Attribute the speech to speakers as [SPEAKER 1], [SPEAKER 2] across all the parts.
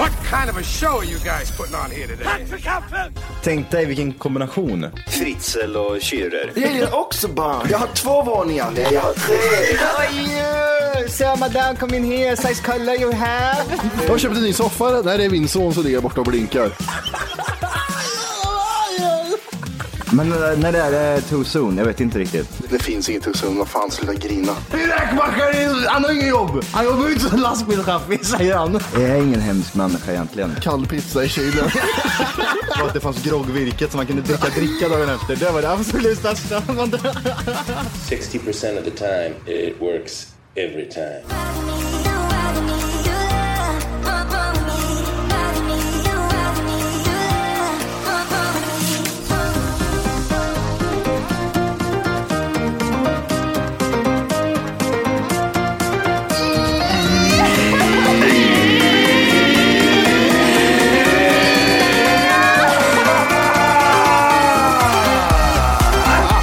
[SPEAKER 1] What kind of a show are you guys putting on here today?
[SPEAKER 2] Tänk dig vilken kombination.
[SPEAKER 3] Fritzl och Schürrer.
[SPEAKER 4] Jag är också barn. Jag har två våningar. Nej, jag har tre.
[SPEAKER 2] How are you? So madame, come in here, size color you have.
[SPEAKER 5] Jag har köpt en ny soffa. Det här är min son som ligger borta och blinkar.
[SPEAKER 2] Men eh, när det är det too soon? Jag vet inte riktigt.
[SPEAKER 4] Det finns inget hos honom. Vad fan, sluta grina.
[SPEAKER 2] Räkmackaren, han har inget jobb! Han jobbar inte som lastbilschaffis, säger han. Jag är ingen hemsk människa egentligen.
[SPEAKER 5] Kall pizza i kylen.
[SPEAKER 2] Och att det fanns groggvirket som man kunde dricka dricka dagen efter. Det var det absolut största.
[SPEAKER 3] 60% of the time it works every time.
[SPEAKER 5] Ah!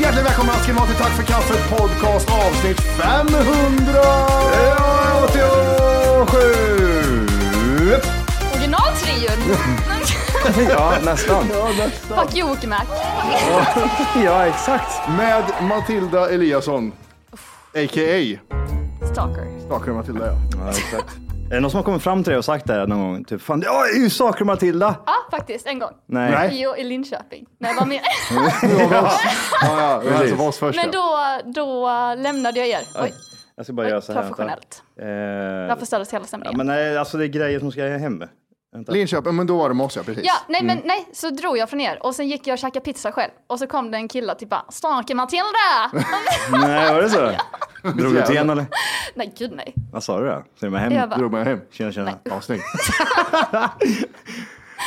[SPEAKER 5] Hjärtligt välkomna ska ni vara till Tack för kaffet podcast avsnitt 500!
[SPEAKER 6] Originaltrion!
[SPEAKER 2] Ja, nästan.
[SPEAKER 6] Fuck you, Åkermark.
[SPEAKER 2] Ja, exakt.
[SPEAKER 5] Med Matilda Eliasson. A.k.a.
[SPEAKER 6] Stalker.
[SPEAKER 5] Stalker Matilda ja.
[SPEAKER 2] Ja, exakt. Är det någon som har kommit fram till dig och sagt det här någon gång? Typ, fan, ja, är ju saker Matilda!
[SPEAKER 6] Ja, faktiskt. En gång.
[SPEAKER 2] Nej.
[SPEAKER 5] Nej.
[SPEAKER 6] Jo, i Linköping. Nej, vad mer?
[SPEAKER 5] Ja, ja,
[SPEAKER 2] alltså,
[SPEAKER 5] vi hälsar på oss först.
[SPEAKER 6] Men
[SPEAKER 5] ja.
[SPEAKER 6] då, då äh, lämnade jag er. Oj,
[SPEAKER 2] Jag ska bara göra så här. vänta.
[SPEAKER 6] professionellt.
[SPEAKER 2] Eh,
[SPEAKER 6] Jag förstördes hela
[SPEAKER 2] ja,
[SPEAKER 6] stämningen.
[SPEAKER 2] men nej, alltså det är grejer som ska hem. Vänta.
[SPEAKER 5] Linköping, men då var det med oss ja, precis.
[SPEAKER 6] Ja, nej
[SPEAKER 2] Mm.
[SPEAKER 6] men nej, så drog jag från er och sen gick jag och käkade pizza själv. Och så kom det en kille och typ bara “Stalker Matilda!”
[SPEAKER 2] Nej, var det så? Drog du till en eller?
[SPEAKER 6] Nej gud nej.
[SPEAKER 2] Vad sa du då? Ska du med hem?
[SPEAKER 6] Jag bara-
[SPEAKER 5] Drog med hem.
[SPEAKER 2] Tjena, tjena.
[SPEAKER 5] Ja, snyggt.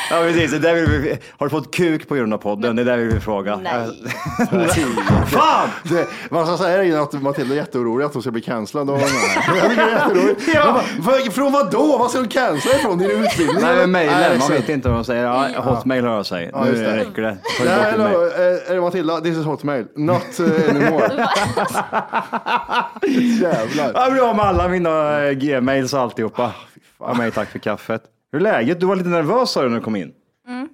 [SPEAKER 2] Ja, precis. Det där vill vi... Har du fått kuk på grund av podden? Det där vill vi fråga.
[SPEAKER 6] Nej.
[SPEAKER 2] Fan!
[SPEAKER 5] Det, man ska säga innan att Matilda är jätteorolig att hon ska bli cancellad. av den här. Jag tycker det är jätteroligt.
[SPEAKER 2] Ja.
[SPEAKER 5] Man Bara, "Vad- från vad då? Vad ska hon cancella ifrån? Din utbildning?
[SPEAKER 2] Nej, men mejlen. Man
[SPEAKER 5] exakt.
[SPEAKER 2] vet inte vad de säger. Ja, Hotmail hör av sig.
[SPEAKER 5] Ja,
[SPEAKER 2] nu
[SPEAKER 5] just det.
[SPEAKER 2] räcker det. Ta
[SPEAKER 5] Nej,
[SPEAKER 2] bort
[SPEAKER 5] hello,
[SPEAKER 2] din mail.
[SPEAKER 5] eh, är det Matilda? This is Hotmail. Not eh, anymore. Jävlar.
[SPEAKER 2] Jag blir av med alla mina eh, gmails och alltihopa. Ja, men tack för kaffet. Hur är läget? Du var lite nervös sa du när du kom in.
[SPEAKER 6] Mm.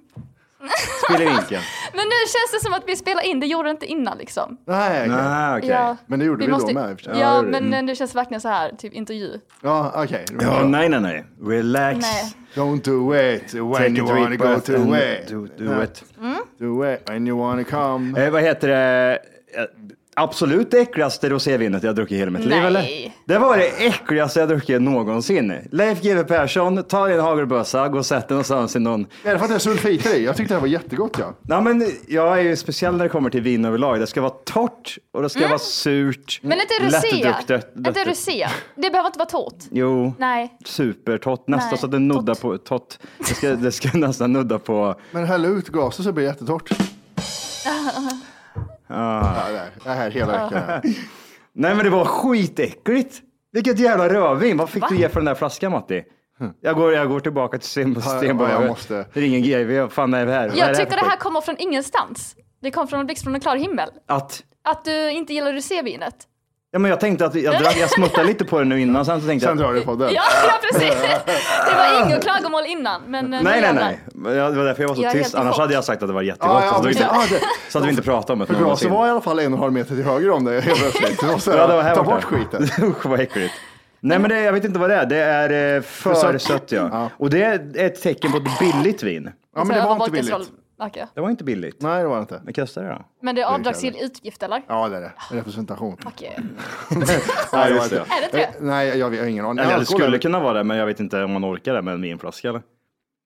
[SPEAKER 2] Spill i vinkeln.
[SPEAKER 6] Men nu känns det som att vi spelar in, det gjorde det inte innan liksom.
[SPEAKER 5] Nej, okej.
[SPEAKER 2] Ah, okej.
[SPEAKER 6] Ja,
[SPEAKER 5] Men det gjorde vi då med i och för sig.
[SPEAKER 6] Ja,
[SPEAKER 5] Ja, det gjorde
[SPEAKER 6] men nu känns det verkligen så här, typ intervju.
[SPEAKER 5] ja, okej.
[SPEAKER 2] Ja, nej, nej, nej. Relax.
[SPEAKER 6] Nej.
[SPEAKER 5] Don't do it when you wanna go
[SPEAKER 2] breath
[SPEAKER 5] to
[SPEAKER 2] and
[SPEAKER 5] it.
[SPEAKER 2] Do, do
[SPEAKER 5] Ja.
[SPEAKER 2] it.
[SPEAKER 5] Do it when you wanna come.
[SPEAKER 2] Eh, vad heter det? Eh, Absolut det äckligaste rosévinet jag har druckit i hela mitt liv,
[SPEAKER 6] Nej.
[SPEAKER 2] eller? Det var det äckligaste jag druckit någonsin. Leif GW Persson tar en hagelbössa, går och sätter någonstans i någon...
[SPEAKER 5] Är det för att det är sulfiter i? Jag tyckte det här var jättegott ja.
[SPEAKER 2] Nej, men jag är ju speciell när det kommer till vin överlag. Det ska vara torrt och det ska vara surt.
[SPEAKER 6] Mm. Men inte rosé.
[SPEAKER 2] lättduktigt-
[SPEAKER 6] Inte rosé. Det behöver inte vara torrt.
[SPEAKER 2] Jo,
[SPEAKER 6] Nej.
[SPEAKER 2] supertott. Nästan
[SPEAKER 6] Nej,
[SPEAKER 2] så att det nuddar
[SPEAKER 6] tott.
[SPEAKER 2] på... Tott. Det ska, det ska nästan nudda på...
[SPEAKER 5] Men häll ut gasen så blir det jättetort.
[SPEAKER 2] Ah.
[SPEAKER 5] Ja, det här- det här hela veckan.
[SPEAKER 2] Nej, men det var skitäckligt. Vilket jävla rödvin. Vad fick
[SPEAKER 6] Va?
[SPEAKER 2] du ge för den där flaskan, Matti?
[SPEAKER 5] Hm.
[SPEAKER 2] Jag går, jag går tillbaka till Sten- Stenbolaget.
[SPEAKER 5] jag måste.
[SPEAKER 2] Ringer GW. Vad fan är det här? Vad är
[SPEAKER 6] Jag tyckte
[SPEAKER 2] för
[SPEAKER 6] det här
[SPEAKER 2] skit?
[SPEAKER 6] kommer från ingenstans. Det kom från en blixt från en klar himmel.
[SPEAKER 2] Att...
[SPEAKER 6] Att du inte gillar rosévinet.
[SPEAKER 2] Ja, men jag tänkte att jag, drack, jag smuttade lite på det nu innan, sen så tänkte
[SPEAKER 5] Sen
[SPEAKER 2] jag...
[SPEAKER 5] drar du på den.
[SPEAKER 6] Ja, ja precis. Det var inga klagomål innan. Men eh, nu
[SPEAKER 2] Nej, nej,
[SPEAKER 6] jävlar.
[SPEAKER 2] nej. Men jag- Det var därför jag var så
[SPEAKER 6] Jag är
[SPEAKER 2] tyst.
[SPEAKER 6] helt i
[SPEAKER 2] Annars
[SPEAKER 6] chock.
[SPEAKER 2] hade jag sagt att det var jättegott.
[SPEAKER 5] Ja, ja,
[SPEAKER 2] så, att vi
[SPEAKER 5] precis.
[SPEAKER 2] inte,
[SPEAKER 5] Ja, det-
[SPEAKER 2] så hade vi inte pratat om det.
[SPEAKER 5] För glaset var i alla fall en och en halv meter till höger om dig helt plötsligt. Det var så här,
[SPEAKER 2] Ja, det var här
[SPEAKER 5] ta
[SPEAKER 2] borta.
[SPEAKER 5] bort skiten.
[SPEAKER 2] Usch vad äckligt. Nej men det, jag vet inte vad det är. Det är eh, för
[SPEAKER 5] sött.
[SPEAKER 2] sött ja.
[SPEAKER 5] Ja.
[SPEAKER 2] Och det är ett tecken på ett billigt vin.
[SPEAKER 5] Ja, men
[SPEAKER 6] tror
[SPEAKER 5] det
[SPEAKER 6] jag
[SPEAKER 5] var inte
[SPEAKER 6] vodkas
[SPEAKER 5] billigt.
[SPEAKER 6] roll- okej.
[SPEAKER 2] Det var inte billigt.
[SPEAKER 5] Nej, det var det inte.
[SPEAKER 2] Vad kostar det då?
[SPEAKER 6] Men det är avdragsgill utgift eller?
[SPEAKER 5] Ja, det är det. Representation.
[SPEAKER 6] Okej.
[SPEAKER 5] Nej, det var
[SPEAKER 2] just det.
[SPEAKER 5] inte.
[SPEAKER 6] Är det inte det?
[SPEAKER 5] Eh, Nej, jag, jag har ingen aning.
[SPEAKER 2] Eller det
[SPEAKER 5] Alkohol är-
[SPEAKER 2] skulle kunna vara det men jag vet inte om man orkar det med en vinflaska eller?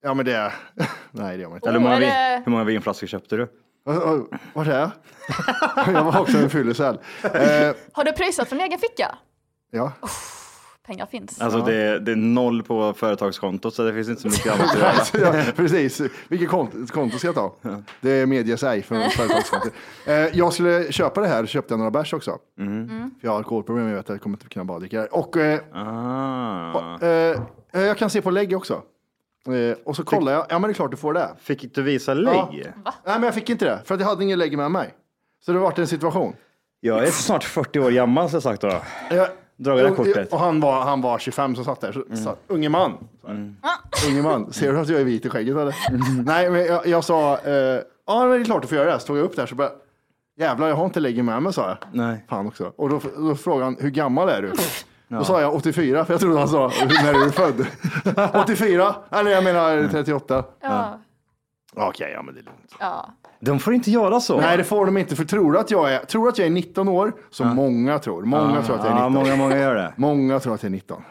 [SPEAKER 5] Ja, men det... Nej, det gör man inte.
[SPEAKER 2] Eller hur många,
[SPEAKER 6] Oh, är
[SPEAKER 2] vin,
[SPEAKER 6] det-
[SPEAKER 2] hur många vinflaskor köpte du?
[SPEAKER 5] Vad- vad- Vad är det? Jag var också en fyllecell. Eh,
[SPEAKER 6] Har du pröjsat från egen ficka?
[SPEAKER 5] ja.
[SPEAKER 6] Pengar finns.
[SPEAKER 2] Alltså det, är, det är noll på företagskontot så det finns inte så mycket annat att göra.
[SPEAKER 5] Alltså, ja, precis. Vilket konto, konto ska jag ta? Det medger sig för företagskonto. Eh, jag skulle köpa det här, köpte jag några bärs också.
[SPEAKER 2] Mm.
[SPEAKER 6] Mm.
[SPEAKER 5] För jag har alkoholproblem, jag vet att jag kommer inte kunna bara dricka det här. Och eh,
[SPEAKER 2] Ah.
[SPEAKER 5] eh, eh, jag kan se på lägg också. Eh, och så kollar jag, ja men det är klart du får det.
[SPEAKER 2] Fick du visa lägg?
[SPEAKER 5] Nej men jag fick inte det, för att jag hade ingen lägg med mig. Så det vart en situation.
[SPEAKER 2] Jag är snart 40 år gammal så jag sagt då.
[SPEAKER 5] Jag,
[SPEAKER 2] Dra det där
[SPEAKER 5] och,
[SPEAKER 2] kortet. Mm.
[SPEAKER 5] Och han var, han var 25 som satt där. Så, så, unge man. Unge man. Ser du att jag är vit i skägget eller?
[SPEAKER 2] Mm.
[SPEAKER 5] Nej, men jag, jag sa, eh, ja men det är klart du får göra det. här." Så tog jag upp där så bara, jävlar jag har inte lägger med mig sa jag.
[SPEAKER 2] Nej.
[SPEAKER 5] Fan också. Och då, då frågade han, hur gammal är du? Då sa jag 84, för jag trodde han sa, när är du född? 84, eller jag
[SPEAKER 2] Mm.
[SPEAKER 5] menar 38.
[SPEAKER 6] Ja.
[SPEAKER 5] Okej, ja men det är lugnt.
[SPEAKER 6] ja.
[SPEAKER 2] De får inte göra så.
[SPEAKER 5] Nej, det får de inte, för tror du att jag är, tror du att jag är 19 år, som många tror, många tror att jag är 19.
[SPEAKER 2] Ja, Ah, många, många gör det.
[SPEAKER 5] Många tror att jag är 19.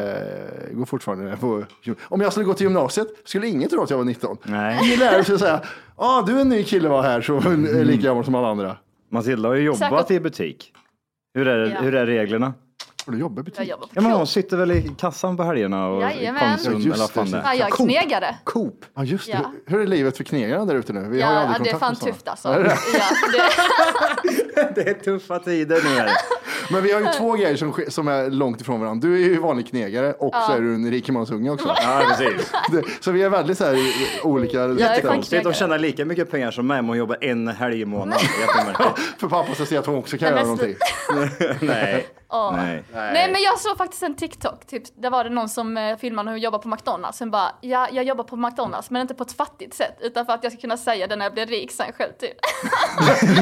[SPEAKER 5] Eh, går fortfarande på... Om jag skulle gå till gymnasiet skulle ingen tro att jag var 19.
[SPEAKER 2] Nej.
[SPEAKER 5] Ingen lärare skulle säga, ah, du är en ny kille var här som är
[SPEAKER 2] Mm.
[SPEAKER 5] lika gammal som alla andra.
[SPEAKER 2] Matilda har ju jobbat
[SPEAKER 6] Säkert.
[SPEAKER 2] i butik. Hur är,
[SPEAKER 6] Ja.
[SPEAKER 2] hur är reglerna?
[SPEAKER 5] Och du jobbar i butik.
[SPEAKER 6] Jag jobbar på
[SPEAKER 2] Ja, men
[SPEAKER 6] Coop.
[SPEAKER 2] hon sitter väl i kassan på helgerna och
[SPEAKER 6] Jajamän.
[SPEAKER 2] Konsum
[SPEAKER 5] Ja, just
[SPEAKER 2] eller vad fan
[SPEAKER 5] det,
[SPEAKER 2] det
[SPEAKER 6] Ja,
[SPEAKER 2] är.
[SPEAKER 6] jag är
[SPEAKER 2] Coop.
[SPEAKER 6] knegare.
[SPEAKER 2] Coop.
[SPEAKER 5] Ja, just det.
[SPEAKER 6] Ja.
[SPEAKER 5] Hur är livet för knegarna där ute nu? Vi har ju
[SPEAKER 6] Ja,
[SPEAKER 5] aldrig
[SPEAKER 6] det är
[SPEAKER 5] kontakt
[SPEAKER 6] fan
[SPEAKER 5] med sådana.
[SPEAKER 6] tufft alltså. Ja, det...
[SPEAKER 2] Det är tuffa tider nu. Här.
[SPEAKER 5] Men vi har ju två grejer som, ske- som är långt ifrån varandra. Du är ju vanlig knegare och så är du en rikemansunge också.
[SPEAKER 2] Ja, precis.
[SPEAKER 5] Det- Så vi är väldigt så här olika.
[SPEAKER 6] fan-
[SPEAKER 2] Konstigt, de tjänar lika mycket pengar som mig men hon jobbar en helg i månaden. Jag kommer-
[SPEAKER 5] För pappa ska se att hon också kan
[SPEAKER 6] Men
[SPEAKER 5] göra
[SPEAKER 6] mest-
[SPEAKER 5] någonting.
[SPEAKER 2] Nej. Nej.
[SPEAKER 6] Nej men jag såg faktiskt en TikTok, typ, där var det någon som eh, filmade hur jag jobbar på McDonalds. Sen bara, ja jag jobbar på McDonalds men inte på ett fattigt sätt utan för att jag ska kunna säga det när jag blir rik sen själv typ.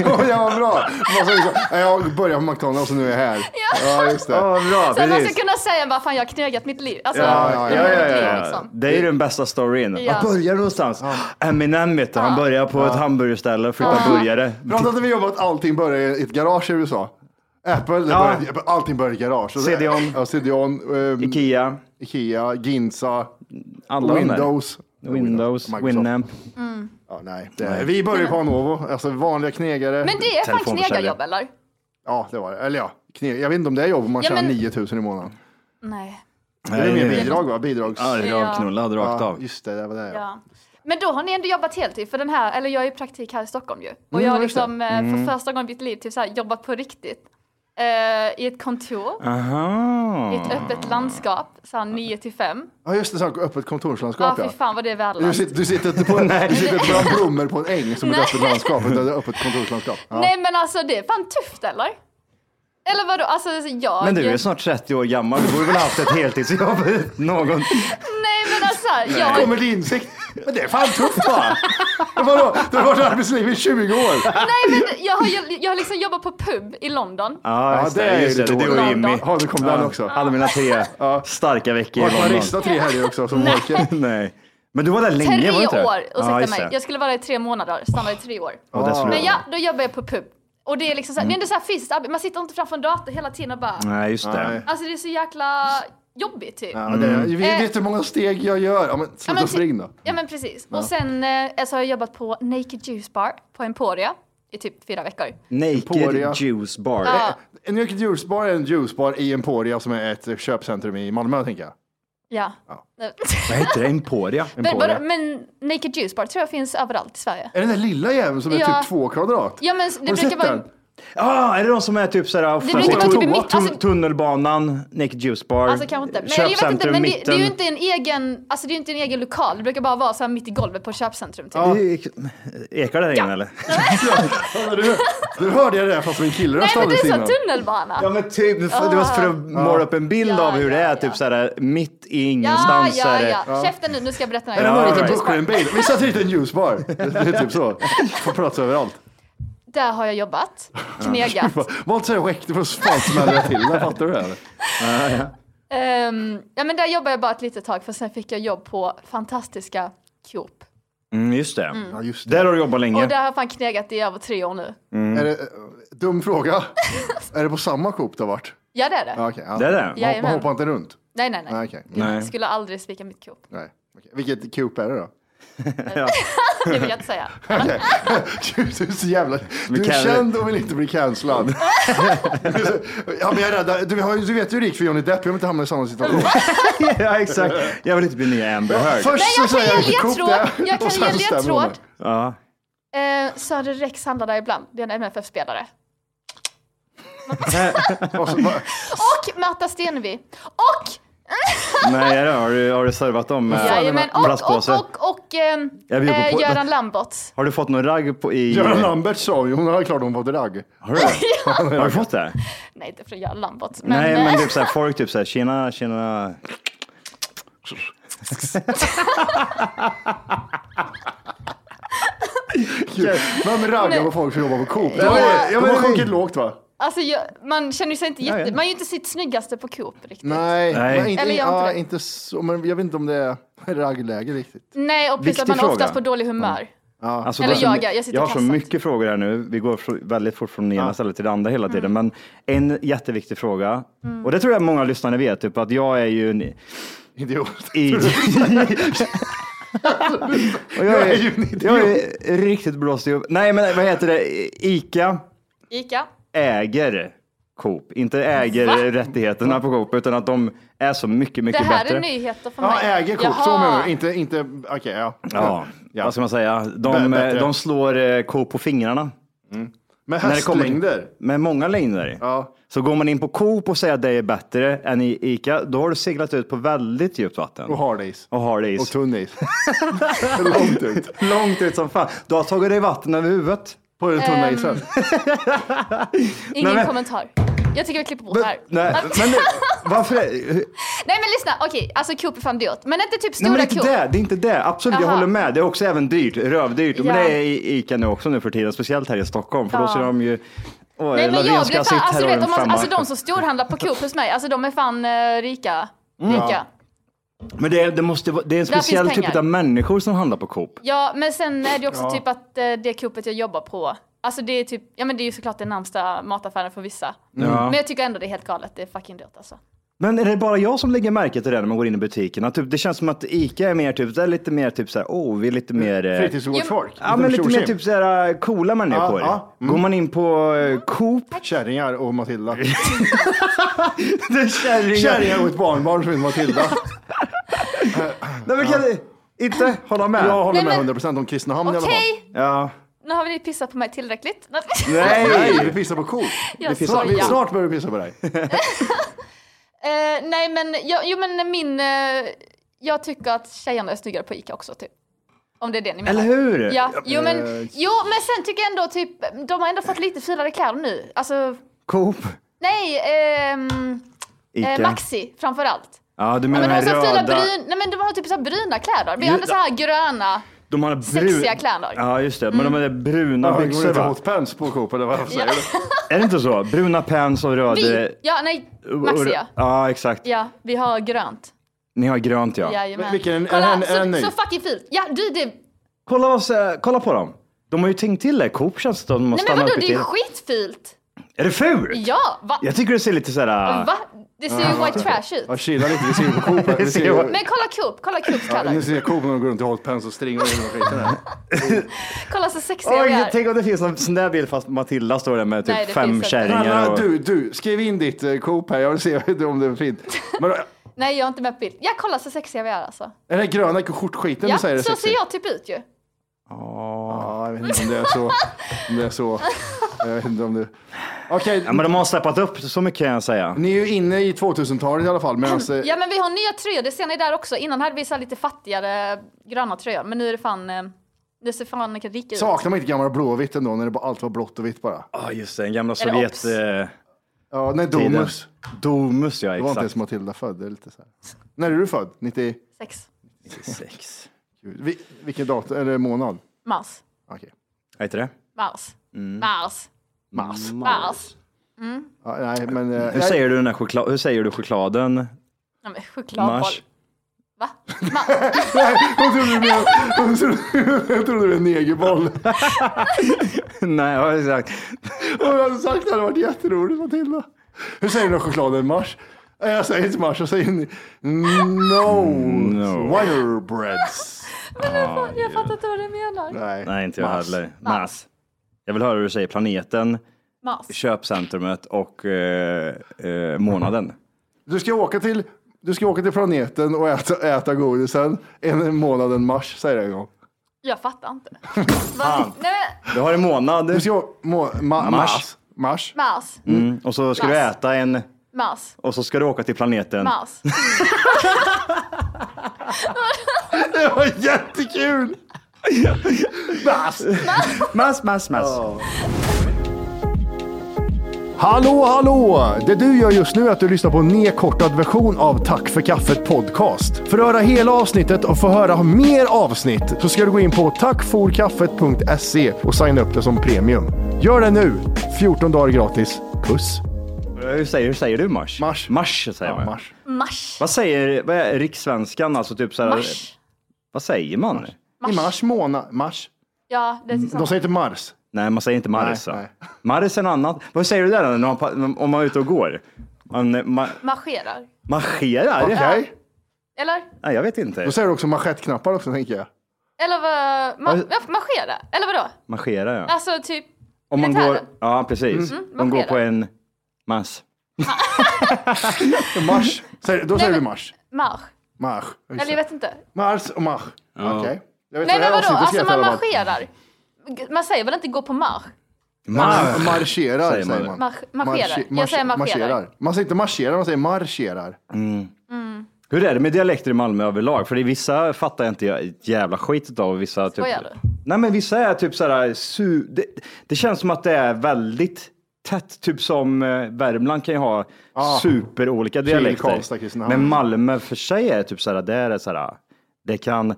[SPEAKER 5] Oh, ja, vad bra. Man säger så, "Nej, Jag börjar på McDonalds och nu är jag här. Ja, just det.
[SPEAKER 2] Ja, vad bra,
[SPEAKER 6] Så att man ska
[SPEAKER 2] precis.
[SPEAKER 6] kunna säga bara, fan jag har knegat mitt liv. Alltså,
[SPEAKER 2] Ja,
[SPEAKER 6] jag
[SPEAKER 2] ja,
[SPEAKER 6] har
[SPEAKER 2] ja,
[SPEAKER 6] levt
[SPEAKER 2] ja,
[SPEAKER 6] mitt liv,
[SPEAKER 2] ja.
[SPEAKER 6] liksom.
[SPEAKER 2] Det är ju den bästa storyn.
[SPEAKER 6] Ja.
[SPEAKER 2] Var börjar någonstans? Eminem vet du, han börjar på ett hamburgerställe och flyttar burgare.
[SPEAKER 5] Pratar inte vi om att allting börjar i ett garage i USA? Apple, det
[SPEAKER 2] Ja.
[SPEAKER 5] börjar, allting börjar i garage. Och det-
[SPEAKER 2] CDON.
[SPEAKER 5] Ja, CDON, ehm,
[SPEAKER 2] Ikea,
[SPEAKER 5] Ikea, Ginza,
[SPEAKER 2] alla de där.
[SPEAKER 5] Windows.
[SPEAKER 2] Windows,
[SPEAKER 5] Microsoft.
[SPEAKER 2] Winamp.
[SPEAKER 5] Ja, nej. Det, Vi börjar på Anovo, alltså vanliga knegare.
[SPEAKER 6] Men det är fan
[SPEAKER 2] Telefonförsäljare.
[SPEAKER 6] knegarjobb eller?
[SPEAKER 5] Ja, det var det. Eller ja, kne... jag vet inte om det är jobb om man
[SPEAKER 6] Ja,
[SPEAKER 5] tjänar
[SPEAKER 6] men-
[SPEAKER 5] 9 000 i månaden.
[SPEAKER 6] Nej.
[SPEAKER 5] Det är mer
[SPEAKER 2] Nej.
[SPEAKER 5] bidrag va? Bidrags...
[SPEAKER 2] Ja, rakknullad rakt
[SPEAKER 5] Ja,
[SPEAKER 2] av.
[SPEAKER 5] just det, det var det. Ja.
[SPEAKER 6] Ja. Men då har ni ändå jobbat heltid för den här, eller jag är i praktik här i Stockholm ju. Och
[SPEAKER 5] Mm,
[SPEAKER 6] jag har
[SPEAKER 5] ja, just
[SPEAKER 6] liksom eh, för första gången i mitt liv typ så här, jobbat på riktigt. Eh, I ett kontor, i
[SPEAKER 2] Aha.
[SPEAKER 6] ett öppet landskap, så här 9 till 5.
[SPEAKER 5] ja, just det. Så här, öppet kontorslandskap
[SPEAKER 6] Ja
[SPEAKER 5] ja.
[SPEAKER 6] fy fan vad det är
[SPEAKER 5] Du
[SPEAKER 6] värdelöst.
[SPEAKER 5] sitter, du sitter inte på en, du sitter inte bland blommor på en äng som ett
[SPEAKER 6] Nej.
[SPEAKER 5] öppet landskap, utan det är öppet kontorslandskap. Ja.
[SPEAKER 6] Nej men alltså det är fan tufft eller? Eller vadå, alltså jag...
[SPEAKER 2] Men du är snart 30 år gammal, du borde väl ha haft ett heltidsjobb? Någon...
[SPEAKER 6] Nej men alltså jag...
[SPEAKER 5] kommer till insikt. Men det är fan tufft va? Men Vadå? Du har varit i arbetslivet i 20 år.
[SPEAKER 6] Nej men jag har, ju- jag har liksom jobbat på pub i London.
[SPEAKER 2] Ja, just det, just det, det, är du och Jimmy.
[SPEAKER 5] Ja, du kom den också.
[SPEAKER 2] Alla mina tre starka veckor i
[SPEAKER 5] Vart man
[SPEAKER 2] London.
[SPEAKER 5] rista tre helger också som Michael.
[SPEAKER 2] Nej. Men du var där länge,
[SPEAKER 6] Tre
[SPEAKER 2] var du inte det?
[SPEAKER 6] år, ursäkta
[SPEAKER 2] just
[SPEAKER 6] mig.
[SPEAKER 2] det.
[SPEAKER 6] Jag skulle vara där i tre månader, stanna i tre år.
[SPEAKER 2] Ja, det tror jag. Mm.
[SPEAKER 6] Men ja, då jobbar jag på pub. Och det är liksom så här, det är ändå så här fysiskt arbete. Man sitter inte framför en dator hela tiden och bara...
[SPEAKER 2] Nej, just det.
[SPEAKER 5] Nej.
[SPEAKER 6] Alltså det är så jäkla jobbigt typ.
[SPEAKER 5] Ja, det
[SPEAKER 2] Mm.
[SPEAKER 5] är, vi vet hur många steg jag gör. Ja, men
[SPEAKER 6] Ja,
[SPEAKER 5] sluta
[SPEAKER 6] ty-
[SPEAKER 5] spring då.
[SPEAKER 6] Ja men precis. Och sen eh, så har jag jobbat på Naked Juice Bar på Emporia i typ fyra veckor.
[SPEAKER 2] Naked
[SPEAKER 5] Emporia.
[SPEAKER 2] Juice Bar.
[SPEAKER 5] Eh, En Naked Juice Bar är en juicebar i Emporia som är ett köpcentrum i Malmö tänker jag.
[SPEAKER 6] Ja.
[SPEAKER 2] Vad heter det? Emporia?
[SPEAKER 6] Men, bara, men Naked Juice Bar tror jag finns överallt i Sverige.
[SPEAKER 5] Är det den där lilla jäveln som är
[SPEAKER 6] Ja.
[SPEAKER 5] typ två kvadrat?
[SPEAKER 6] Ja men det
[SPEAKER 5] Har du
[SPEAKER 6] brukar
[SPEAKER 5] sett
[SPEAKER 6] vara...
[SPEAKER 5] den?
[SPEAKER 2] Ah, är det de som är typ såhär,
[SPEAKER 6] brukar vara typ i mitt- alltså-
[SPEAKER 2] tunnelbanan, Naked Juice Bar,
[SPEAKER 6] Alltså kanske inte. Men jag vet inte,
[SPEAKER 2] köpcentrum,
[SPEAKER 6] men det, det
[SPEAKER 2] mitten?
[SPEAKER 6] är ju inte en egen, alltså det är ju inte en egen lokal. Det brukar bara vara så här mitt i golvet på ett köpcentrum typ.
[SPEAKER 2] Det- Ekar det där inne eller?
[SPEAKER 5] Ja, du, du hörde jag det där fast min
[SPEAKER 6] Nej
[SPEAKER 5] killröst
[SPEAKER 6] men det
[SPEAKER 5] alldeles
[SPEAKER 6] är så
[SPEAKER 5] innan.
[SPEAKER 6] tunnelbana.
[SPEAKER 2] Ja men typ, det var för att måla upp en bild
[SPEAKER 6] Ja,
[SPEAKER 2] av hur det är,
[SPEAKER 6] ja,
[SPEAKER 2] typ
[SPEAKER 6] ja.
[SPEAKER 2] såhär mitt i
[SPEAKER 6] Ja,
[SPEAKER 2] ingenstans.
[SPEAKER 6] ja,
[SPEAKER 2] är det-
[SPEAKER 6] ja, Käften nu, nu ska jag berätta
[SPEAKER 5] Är det
[SPEAKER 6] något.
[SPEAKER 5] någon liten
[SPEAKER 2] right.
[SPEAKER 5] Brooklyn-bil? Vi satte dit en ljusbar. Det är typ så. Får prata överallt.
[SPEAKER 6] Där har jag jobbat, knegat.
[SPEAKER 5] Var inte så räck, det får fan smäller jag till där, fattar du det? här?
[SPEAKER 6] Ehm, ja men där jobbade jag bara ett litet tag för sen fick jag jobb på fantastiska Coop.
[SPEAKER 2] Mm, just det.
[SPEAKER 5] Ja, just det.
[SPEAKER 2] Där har du jobbat länge.
[SPEAKER 6] Och där har jag fan knegat i över tre år nu.
[SPEAKER 5] Är det eh, dum fråga. är det på samma Coop du har varit?
[SPEAKER 6] Ja det är det.
[SPEAKER 5] Ja, okej, ja.
[SPEAKER 2] Det är det?
[SPEAKER 5] Man hoppar-
[SPEAKER 6] Jajamän.
[SPEAKER 5] Man hoppar inte runt?
[SPEAKER 6] Nej nej nej.
[SPEAKER 5] Nej, okej.
[SPEAKER 2] Nej.
[SPEAKER 6] Jag skulle aldrig svika mitt Coop.
[SPEAKER 5] Nej. Okej. Vilket Coop är det då?
[SPEAKER 6] Det vill jag inte säga.
[SPEAKER 5] Du är så jävla... Du är
[SPEAKER 2] kan-
[SPEAKER 5] känd och vill inte bli cancellad. ja, men jag är rädd. Du, har ju- du vet ju hur det gick för Johnny Depp. Jag vill inte hamna i samma situation.
[SPEAKER 2] ja exakt. Jag vill inte bli nya Amber Heard.
[SPEAKER 5] Först
[SPEAKER 6] Nej, jag
[SPEAKER 5] så
[SPEAKER 6] kan
[SPEAKER 5] säger
[SPEAKER 6] ge
[SPEAKER 5] jag
[SPEAKER 6] en
[SPEAKER 5] vilket Coop det är. och sen
[SPEAKER 6] ledtråd. Jag kan ge en
[SPEAKER 5] så stämmer hon
[SPEAKER 6] ledtråd.
[SPEAKER 5] mig.
[SPEAKER 2] Ja.
[SPEAKER 6] Eh, Söder Rex handlar där ibland. Det är en MFF-spelare.
[SPEAKER 5] Och så bara-
[SPEAKER 6] Och Märta Stenevi. Och!
[SPEAKER 2] Nej, det har du, har du servat om med
[SPEAKER 6] Jajamän, och, och,
[SPEAKER 2] plastpåse?
[SPEAKER 6] och, och ehm,
[SPEAKER 2] Jag bjuder
[SPEAKER 6] eh,
[SPEAKER 2] på-
[SPEAKER 6] Göran Lamberts.
[SPEAKER 2] Har du fått någon ragg på i...
[SPEAKER 5] Göran Lambert sa ju, hon har klart hon fått ragg.
[SPEAKER 2] Har du, det? har du fått det?
[SPEAKER 6] Nej, inte från Göran Lamberts. Men,
[SPEAKER 2] Nej, men
[SPEAKER 6] eh,
[SPEAKER 2] typ såhär, folk typ såhär, tjena, tjena.
[SPEAKER 5] Gud, Vem raggar på folk som jobbar på Coop? De
[SPEAKER 6] Ja,
[SPEAKER 5] har, de har sjunkit lågt va?
[SPEAKER 6] alltså, jag, man känner ju sig inte jätte...
[SPEAKER 2] ja.
[SPEAKER 6] Man är ju inte sitt snyggaste på Coop riktigt. Nej,
[SPEAKER 5] Nej,
[SPEAKER 2] Nej.
[SPEAKER 5] Men inte,
[SPEAKER 6] Eller gör inte
[SPEAKER 5] ja,
[SPEAKER 6] det.
[SPEAKER 5] inte så, men jag vet inte om det är raggläge riktigt.
[SPEAKER 6] och plus
[SPEAKER 2] Viktig
[SPEAKER 6] att man
[SPEAKER 2] fråga.
[SPEAKER 6] oftast på dålig humör.
[SPEAKER 2] Alltså,
[SPEAKER 6] Eller
[SPEAKER 2] det är så
[SPEAKER 6] jag,
[SPEAKER 2] my-
[SPEAKER 6] jag sitter
[SPEAKER 2] jag har
[SPEAKER 6] i
[SPEAKER 2] så
[SPEAKER 6] kassan.
[SPEAKER 2] mycket frågor här nu. Vi går fr- väldigt fort från det ena stället till det andra hela tiden.
[SPEAKER 6] Mm.
[SPEAKER 2] Men en jätteviktig fråga, och det tror jag många lyssnare vet, typ att jag är ju en
[SPEAKER 5] Idiot.
[SPEAKER 2] idiot. och jag
[SPEAKER 5] Jag är ju
[SPEAKER 2] är,
[SPEAKER 5] en idiot.
[SPEAKER 2] jag är riktigt blåst i upp. Nej, men vad heter det? Ica
[SPEAKER 6] Ica.
[SPEAKER 2] äger Coop, inte äger rättigheterna på Coop, utan att de är så mycket,
[SPEAKER 6] Det
[SPEAKER 2] mycket
[SPEAKER 6] här
[SPEAKER 2] bättre.
[SPEAKER 6] är nyheter för mig.
[SPEAKER 5] Ja, äger Coop, så
[SPEAKER 6] Jaha.
[SPEAKER 5] menar du? Inte, inte, okej ja.
[SPEAKER 2] Ja,
[SPEAKER 5] Ja.
[SPEAKER 2] vad ska man säga?
[SPEAKER 5] Bä-
[SPEAKER 2] De,
[SPEAKER 5] bättre.
[SPEAKER 2] de slår eh, Coop på fingrarna.
[SPEAKER 5] Med
[SPEAKER 2] När det kommer till-
[SPEAKER 5] hästlängder.
[SPEAKER 2] Med många längder.
[SPEAKER 5] Ja.
[SPEAKER 2] Så går man in på Coop och säger att det är bättre än i Ica, då har du seglat ut på väldigt djupt vatten.
[SPEAKER 5] Och hard is.
[SPEAKER 2] Och har det
[SPEAKER 5] Och
[SPEAKER 2] is.
[SPEAKER 5] tunn is. Långt ut.
[SPEAKER 2] Långt ut som fan. Du har tagit dig vatten över huvudet.
[SPEAKER 5] På den
[SPEAKER 6] Ehm,
[SPEAKER 5] tunna isen.
[SPEAKER 6] Ingen
[SPEAKER 2] Nej, men-
[SPEAKER 6] kommentar. Jag tycker vi klipper bort det här.
[SPEAKER 2] Nej, men varför? det-
[SPEAKER 6] Nej men lyssna, okej, alltså Coop är fan dyrt. Men inte typ
[SPEAKER 2] Nej,
[SPEAKER 6] stora
[SPEAKER 2] men det är inte
[SPEAKER 6] Coop.
[SPEAKER 2] det. Det är inte det. Absolut, jag
[SPEAKER 6] Jaha.
[SPEAKER 2] håller med. Det är också även dyrt. Rövdyrt. Men
[SPEAKER 6] Ja.
[SPEAKER 2] det är i Ica nu också nu för tiden. Speciellt här i Stockholm. För då
[SPEAKER 6] Ja.
[SPEAKER 2] ser de ju... Åh,
[SPEAKER 6] Nej men
[SPEAKER 2] Löfven
[SPEAKER 6] jag
[SPEAKER 2] ska
[SPEAKER 6] blir
[SPEAKER 2] sitta
[SPEAKER 6] fan,
[SPEAKER 2] här
[SPEAKER 6] alltså, du
[SPEAKER 2] och
[SPEAKER 6] vet, om
[SPEAKER 2] en
[SPEAKER 6] man,
[SPEAKER 2] femma.
[SPEAKER 6] alltså de som storhandlar på Coop hos mig, alltså de är fan eh, rika.
[SPEAKER 2] Mm.
[SPEAKER 6] rika.
[SPEAKER 2] Men det, är- det, måste, vara- det är en
[SPEAKER 6] Där finns
[SPEAKER 2] speciell
[SPEAKER 6] pengar.
[SPEAKER 2] typ av människor som handlar på Coop.
[SPEAKER 6] Ja men sen är det också typ att eh, det Coopet jag jobbar på, alltså det är typ, ja men det är ju såklart den närmsta mataffären för vissa.
[SPEAKER 5] Mm.
[SPEAKER 6] Men jag tycker ändå det är helt galet, det är fucking dyrt alltså.
[SPEAKER 2] Men är det bara jag som lägger märke till det när man går in i butikerna? Typ, det känns som att Ica är mer typ, det är lite mer typ så här, oh, vi är lite
[SPEAKER 5] Mm.
[SPEAKER 2] mer... eh,
[SPEAKER 5] Fritidsgårdsfolk.
[SPEAKER 2] Ja, men lite mer
[SPEAKER 5] tjosim.
[SPEAKER 2] typ så här coola människor.
[SPEAKER 5] Ja, ja. Mm.
[SPEAKER 2] Går man in på eh, Coop,
[SPEAKER 5] Kärringar och Matilda.
[SPEAKER 2] det är kärringar.
[SPEAKER 5] Kärringar och ett barnbarn som heter Matilda.
[SPEAKER 2] Nej, men kan du inte hålla med?
[SPEAKER 5] Jag håller
[SPEAKER 6] Nej,
[SPEAKER 5] med
[SPEAKER 6] men-
[SPEAKER 5] 100 procent om Kristinehamn i alla fall.
[SPEAKER 6] Okej,
[SPEAKER 2] Ja.
[SPEAKER 6] nu har vi pissat på mig tillräckligt.
[SPEAKER 2] Nej.
[SPEAKER 5] Nej, vi pissar på kor.
[SPEAKER 6] Jag
[SPEAKER 5] Vi
[SPEAKER 6] skojar.
[SPEAKER 5] Snart, vi, snart börjar vi pissa på dig.
[SPEAKER 6] Eh, nej men, jag, jo men min, eh, jag tycker att tjejerna är snyggare på Ica också typ. Om det är det ni menar.
[SPEAKER 2] Eller hur? eh,
[SPEAKER 6] Ja, jo men, jo men sen tycker jag ändå typ, de har ändå fått lite filade kläder nu. Alltså,
[SPEAKER 2] Coop,
[SPEAKER 6] nej, ehm,
[SPEAKER 2] Ica.
[SPEAKER 6] eh, Maxi framförallt.
[SPEAKER 2] Ja, du menar
[SPEAKER 6] Ja, men de har
[SPEAKER 2] de
[SPEAKER 6] så
[SPEAKER 2] här
[SPEAKER 6] fina
[SPEAKER 2] röda...
[SPEAKER 6] brun, nej men de har typ så här bruna kläder. Vi har
[SPEAKER 2] Ju-
[SPEAKER 6] ändå så här gröna.
[SPEAKER 2] de har
[SPEAKER 6] sexiga kläder. Mm.
[SPEAKER 2] Ja, just det. Men de har bruna
[SPEAKER 5] Ja, Går det
[SPEAKER 2] byxor,
[SPEAKER 5] inte
[SPEAKER 2] va?
[SPEAKER 5] hotpants på Coop eller vad säger du?
[SPEAKER 2] Är det inte så? Bruna pants och röd...
[SPEAKER 6] Vi, ja nej, Maxi ja.
[SPEAKER 2] Ja, exakt.
[SPEAKER 6] Ja, vi har grönt.
[SPEAKER 2] Ni har grönt, ja.
[SPEAKER 6] Jajamän.
[SPEAKER 5] vilken- är den-
[SPEAKER 6] Kolla,
[SPEAKER 5] är den- är den ny?
[SPEAKER 6] så, så fucking fint. Ja, du det,
[SPEAKER 2] Kolla, oss, eh, kolla på dem. De har ju tänkt till det. Coop känns det som.
[SPEAKER 6] nej men vadå det är ju skitfult.
[SPEAKER 2] Är det fult?
[SPEAKER 6] Ja, va?
[SPEAKER 2] Jag tycker det ser lite äh, såhär...
[SPEAKER 6] Va? Det ser ju white trash ut.
[SPEAKER 5] Ja, chilla lite. Vi ser ju på Coop. här. Vi ser ju-
[SPEAKER 6] Men kolla Coop, kolla Coops
[SPEAKER 5] Ni
[SPEAKER 6] kläder.
[SPEAKER 5] ser Coop när de går runt i hotpants och stringar in och skiten här.
[SPEAKER 6] Kolla så sexiga vi
[SPEAKER 2] Oj,
[SPEAKER 6] är.
[SPEAKER 2] tänk om det finns en sån där bild fast Matilda står där med typ
[SPEAKER 6] Nej, det finns
[SPEAKER 2] fem
[SPEAKER 6] inte.
[SPEAKER 2] kärringar.
[SPEAKER 5] Alla,
[SPEAKER 2] Och...
[SPEAKER 5] du, du, skriv in ditt eh, Coop här. Jag vill se om det är fint. Men, eh,
[SPEAKER 6] Nej, jag är inte med på bild. Ja, kolla så sexiga vi är alltså.
[SPEAKER 5] är det gröna skjortskiten
[SPEAKER 6] Ja,
[SPEAKER 5] du säger är
[SPEAKER 6] så
[SPEAKER 5] sexigt?
[SPEAKER 6] ser jag typ ut ju.
[SPEAKER 5] Ja, jag vet inte om det är så. Om det är så. Jag vet inte om det... Okej,
[SPEAKER 2] Ja, men de har steppat upp så mycket kan jag säga.
[SPEAKER 5] ni är ju inne i 2000-talet i alla fall. Medan, eh,
[SPEAKER 6] Ja men vi har nya tröjor, det ser ni där också. Innan hade vi så här lite fattigare gröna tröjor. Men nu är det fan, eh, det ser fan riktigt ut.
[SPEAKER 5] Saknar man inte gamla blåvitt ändå när det bara, allt var blått och vitt bara?
[SPEAKER 2] Ja, just det. Den gamla
[SPEAKER 6] Eller
[SPEAKER 2] Sovjet...
[SPEAKER 6] Ops.
[SPEAKER 2] Eh,
[SPEAKER 5] Ja, nej,
[SPEAKER 2] tiden.
[SPEAKER 5] Domus.
[SPEAKER 2] Domus, ja
[SPEAKER 5] Det var inte
[SPEAKER 2] exakt.
[SPEAKER 5] ens Matilda född. Det är lite så här. När är du född? 90?
[SPEAKER 6] Sex
[SPEAKER 2] Sex.
[SPEAKER 5] Gud, vi- Vilken datum? Eller månad?
[SPEAKER 6] mars,
[SPEAKER 5] Okej.
[SPEAKER 2] Vad heter det?
[SPEAKER 6] mars, mars,
[SPEAKER 5] Mars.
[SPEAKER 6] mars.
[SPEAKER 5] Ja, nej, men... eh,
[SPEAKER 2] Hur
[SPEAKER 5] nej,
[SPEAKER 2] säger du, den här choklad, hur säger du chokladen?
[SPEAKER 6] Ja, men chokladboll.
[SPEAKER 2] Mars?
[SPEAKER 6] Va? Mars.
[SPEAKER 5] Jag trodde du menade- jag trodde- jag trodde det var en negerboll.
[SPEAKER 2] Nej, jag har exakt.
[SPEAKER 5] Om jag hade sagt det hade det varit jätteroligt Matilda. Hur säger du när chokladen mars? Nej, Jag säger inte mars, jag säger ni- no.
[SPEAKER 2] No.
[SPEAKER 5] Wirebreads.
[SPEAKER 6] Jag fattar inte vad du menar.
[SPEAKER 5] Nej,
[SPEAKER 2] Nej, inte jag
[SPEAKER 5] mars.
[SPEAKER 2] heller. Mas. Jag vill höra hur du säger planeten,
[SPEAKER 6] Mars.
[SPEAKER 2] köpcentrumet och eh, eh, månaden.
[SPEAKER 5] Du ska åka till, du ska åka till planeten och äta, äta godisen en månad en mars, säger jag en gång.
[SPEAKER 6] Jag fattar inte. Va? Nej, men,
[SPEAKER 2] Du har en månad
[SPEAKER 5] Du ska å- må, ma,
[SPEAKER 2] Mars.
[SPEAKER 5] mars. mars.
[SPEAKER 6] mars,
[SPEAKER 2] mm, och så ska du
[SPEAKER 6] Mas.
[SPEAKER 2] äta en
[SPEAKER 6] mars,
[SPEAKER 2] och så ska du åka till planeten.
[SPEAKER 6] mars.
[SPEAKER 5] Det var jättekul! Mars.
[SPEAKER 2] Mas, mas, mas.
[SPEAKER 5] Hallå, hallå! Det du gör just nu är att du lyssnar på en nedkortad version av Tack för kaffet podcast. För att höra hela avsnittet och få höra mer avsnitt så ska du gå in på tackforkaffet.se och signa upp det som premium. Gör det nu! 14 dagar gratis. Puss!
[SPEAKER 2] Hur, säger, hur säger du mars?
[SPEAKER 5] Mars.
[SPEAKER 2] Mars säger man.
[SPEAKER 6] Mars.
[SPEAKER 2] Vad säger vad är rikssvenskan? Alltså typ så här,
[SPEAKER 6] Mars.
[SPEAKER 2] Vad säger man?
[SPEAKER 5] I mars månad. Mars.
[SPEAKER 6] Ja, det är
[SPEAKER 5] De
[SPEAKER 6] sant.
[SPEAKER 5] säger typ- inte mars.
[SPEAKER 2] Nej, man säger inte Maris.
[SPEAKER 5] Nej,
[SPEAKER 2] va?
[SPEAKER 5] nej.
[SPEAKER 2] Maris är en annan. Vad säger du där när man, pa- om man är ute och går? Man eh, ma,
[SPEAKER 6] Marscherar.
[SPEAKER 2] marscherar?
[SPEAKER 5] Okej.
[SPEAKER 6] Eller?
[SPEAKER 2] Nej, jag vet inte.
[SPEAKER 5] Då säger du också manschettknappar också, tänker jag.
[SPEAKER 6] Eller vad? Ma- ja, marschera? Eller vadå?
[SPEAKER 2] Marscherar, ja.
[SPEAKER 6] Alltså typ
[SPEAKER 2] Om man går,
[SPEAKER 6] militären.
[SPEAKER 2] ja, precis. De går
[SPEAKER 6] Mm, marscherar.
[SPEAKER 2] på en mass.
[SPEAKER 5] Mars. Säger, då säger
[SPEAKER 6] men-
[SPEAKER 5] du mars.
[SPEAKER 6] marsch.
[SPEAKER 5] Mars. Just
[SPEAKER 6] Eller jag
[SPEAKER 5] det.
[SPEAKER 6] vet inte.
[SPEAKER 5] Mars och mars. Okej. Jag vet vad det
[SPEAKER 6] Nej men
[SPEAKER 5] här
[SPEAKER 6] vadå?
[SPEAKER 5] avsnittet ska
[SPEAKER 6] Alltså
[SPEAKER 5] heta i
[SPEAKER 6] man
[SPEAKER 5] alla fall.
[SPEAKER 6] marscherar. Man säger väl inte gå på marsch?
[SPEAKER 5] Mar- marscherar
[SPEAKER 2] Säger
[SPEAKER 5] säger
[SPEAKER 2] man
[SPEAKER 5] man.
[SPEAKER 2] det.
[SPEAKER 6] Ah. Marsch- marscherar.
[SPEAKER 5] Marsche-
[SPEAKER 6] Jag säger
[SPEAKER 5] marsch-
[SPEAKER 6] marscherar.
[SPEAKER 5] Man säger inte marscherar, man säger marscherar.
[SPEAKER 2] Hur är det med dialekter i Malmö överlag? För det är vissa fattar jag inte ett jävla skit av. Vissa typ...
[SPEAKER 6] Skojar du?
[SPEAKER 2] Nej, men vissa är typ så här, su... det, det känns som att det är väldigt tätt, typ som eh, Värmland kan ju ha superolika dialekter.
[SPEAKER 5] Ah. Karlstad, Kristinehamn.
[SPEAKER 2] men Malmö för sig är typ så här, det är så här, det kan...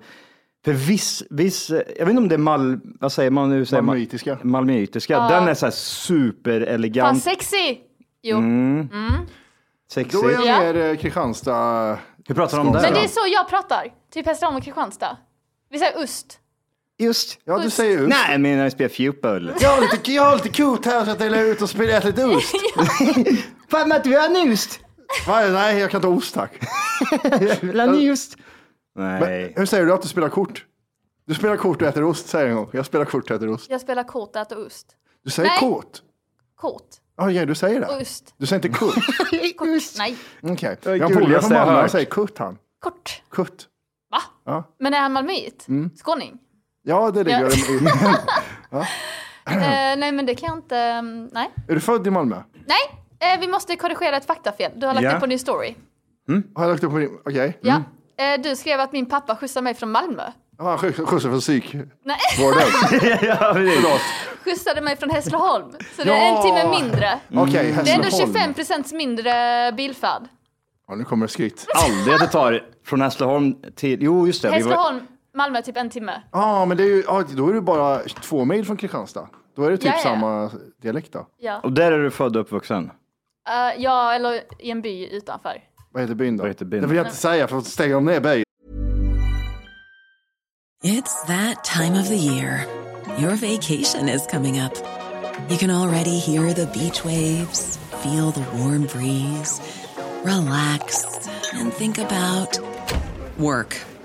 [SPEAKER 2] För viss, viss, jag vet inte om det är mal, vad säger man nu? Säger man-
[SPEAKER 5] Malmöitiska.
[SPEAKER 2] Malmöitiska. Den är så här
[SPEAKER 6] Fan
[SPEAKER 2] superelegant,
[SPEAKER 6] sexy! Jo.
[SPEAKER 5] Mm.
[SPEAKER 2] sexig.
[SPEAKER 5] Då är jag
[SPEAKER 6] Ja.
[SPEAKER 5] mer eh, Kristianstad.
[SPEAKER 2] Hur pratar de om det?
[SPEAKER 6] Men
[SPEAKER 2] då?
[SPEAKER 6] det är så jag pratar. Typ Hässleholm och Kristianstad. Vi säger ost.
[SPEAKER 2] Just.
[SPEAKER 5] Ja, du säger ut.
[SPEAKER 2] Nej, men jag spelar fjupel.
[SPEAKER 5] Jag har lite, jag har lite kul här så att jag lär ut och spelar äta lite ost.
[SPEAKER 2] Fan att du har nust.
[SPEAKER 5] Va? Nej, jag kan ta ost tack.
[SPEAKER 2] Eller nust.
[SPEAKER 5] Men,
[SPEAKER 2] Nej.
[SPEAKER 5] hur säger du att du spelar kort? Du spelar kort och äter ost, säger jag en gång. Jag spelar kort och äter ost.
[SPEAKER 6] Jag spelar kort och äter ost.
[SPEAKER 5] Du säger
[SPEAKER 6] Nej.
[SPEAKER 5] kort.
[SPEAKER 6] Kort.
[SPEAKER 5] Ja, ja, du säger det.
[SPEAKER 6] Ost.
[SPEAKER 5] Du säger inte kort.
[SPEAKER 6] Kort. Nej.
[SPEAKER 5] Okej.
[SPEAKER 2] är
[SPEAKER 5] Jag har en polare
[SPEAKER 2] gulligaste
[SPEAKER 5] från
[SPEAKER 2] jag har
[SPEAKER 5] Malmö, han
[SPEAKER 2] hört.
[SPEAKER 5] säger kurt han.
[SPEAKER 6] Kort.
[SPEAKER 5] Kurt.
[SPEAKER 6] Va?
[SPEAKER 5] Ja. Mm.
[SPEAKER 6] Men är han malmöit? Skåning?
[SPEAKER 5] Ja, det ligger
[SPEAKER 6] Ja.
[SPEAKER 5] i.
[SPEAKER 6] Eh, nej men det kan jag inte. mm, Nej.
[SPEAKER 5] Är du född i Malmö?
[SPEAKER 6] Nej. Eh, vi måste korrigera ett faktafel. Du har lagt
[SPEAKER 2] Ja. Mm.
[SPEAKER 6] upp på din story.
[SPEAKER 5] Har jag lagt upp på din... Okej.
[SPEAKER 6] Ja. Eh, du skrev att min pappa skjutsade mig från Malmö.
[SPEAKER 5] Ja, Han skjuts- skjutsar från psykvården.
[SPEAKER 6] Nej,
[SPEAKER 2] Ja, precis.
[SPEAKER 6] skjutsade mig från Hässleholm. Så det är en timme mindre.
[SPEAKER 5] Okej,
[SPEAKER 6] Mm. Det är ändå
[SPEAKER 5] Hässleholm.
[SPEAKER 6] 25 mindre bilfärd.
[SPEAKER 5] Ja, nu kommer det skryt.
[SPEAKER 2] Aldrig att det tar från Hässleholm till... Jo, just det. vi var-
[SPEAKER 6] Hässleholm, Malmö typ en timme.
[SPEAKER 5] Ja, men det är ju, ja, då är du bara två mil från Kristianstad. Då är det typ
[SPEAKER 6] Ja, ja.
[SPEAKER 5] samma dialekt då.
[SPEAKER 6] Ja.
[SPEAKER 2] Och där är du född och uppvuxen.
[SPEAKER 6] Eh, ja, eller i en by utanför.
[SPEAKER 5] Vad heter byn då?
[SPEAKER 2] Vad heter byn?
[SPEAKER 5] Det vill jag inte säga för att stänga om ner byn.
[SPEAKER 7] It's that time of the year. Your vacation is coming up. You can already hear the beach waves, feel the warm breeze, relax, and think about work.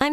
[SPEAKER 8] I'm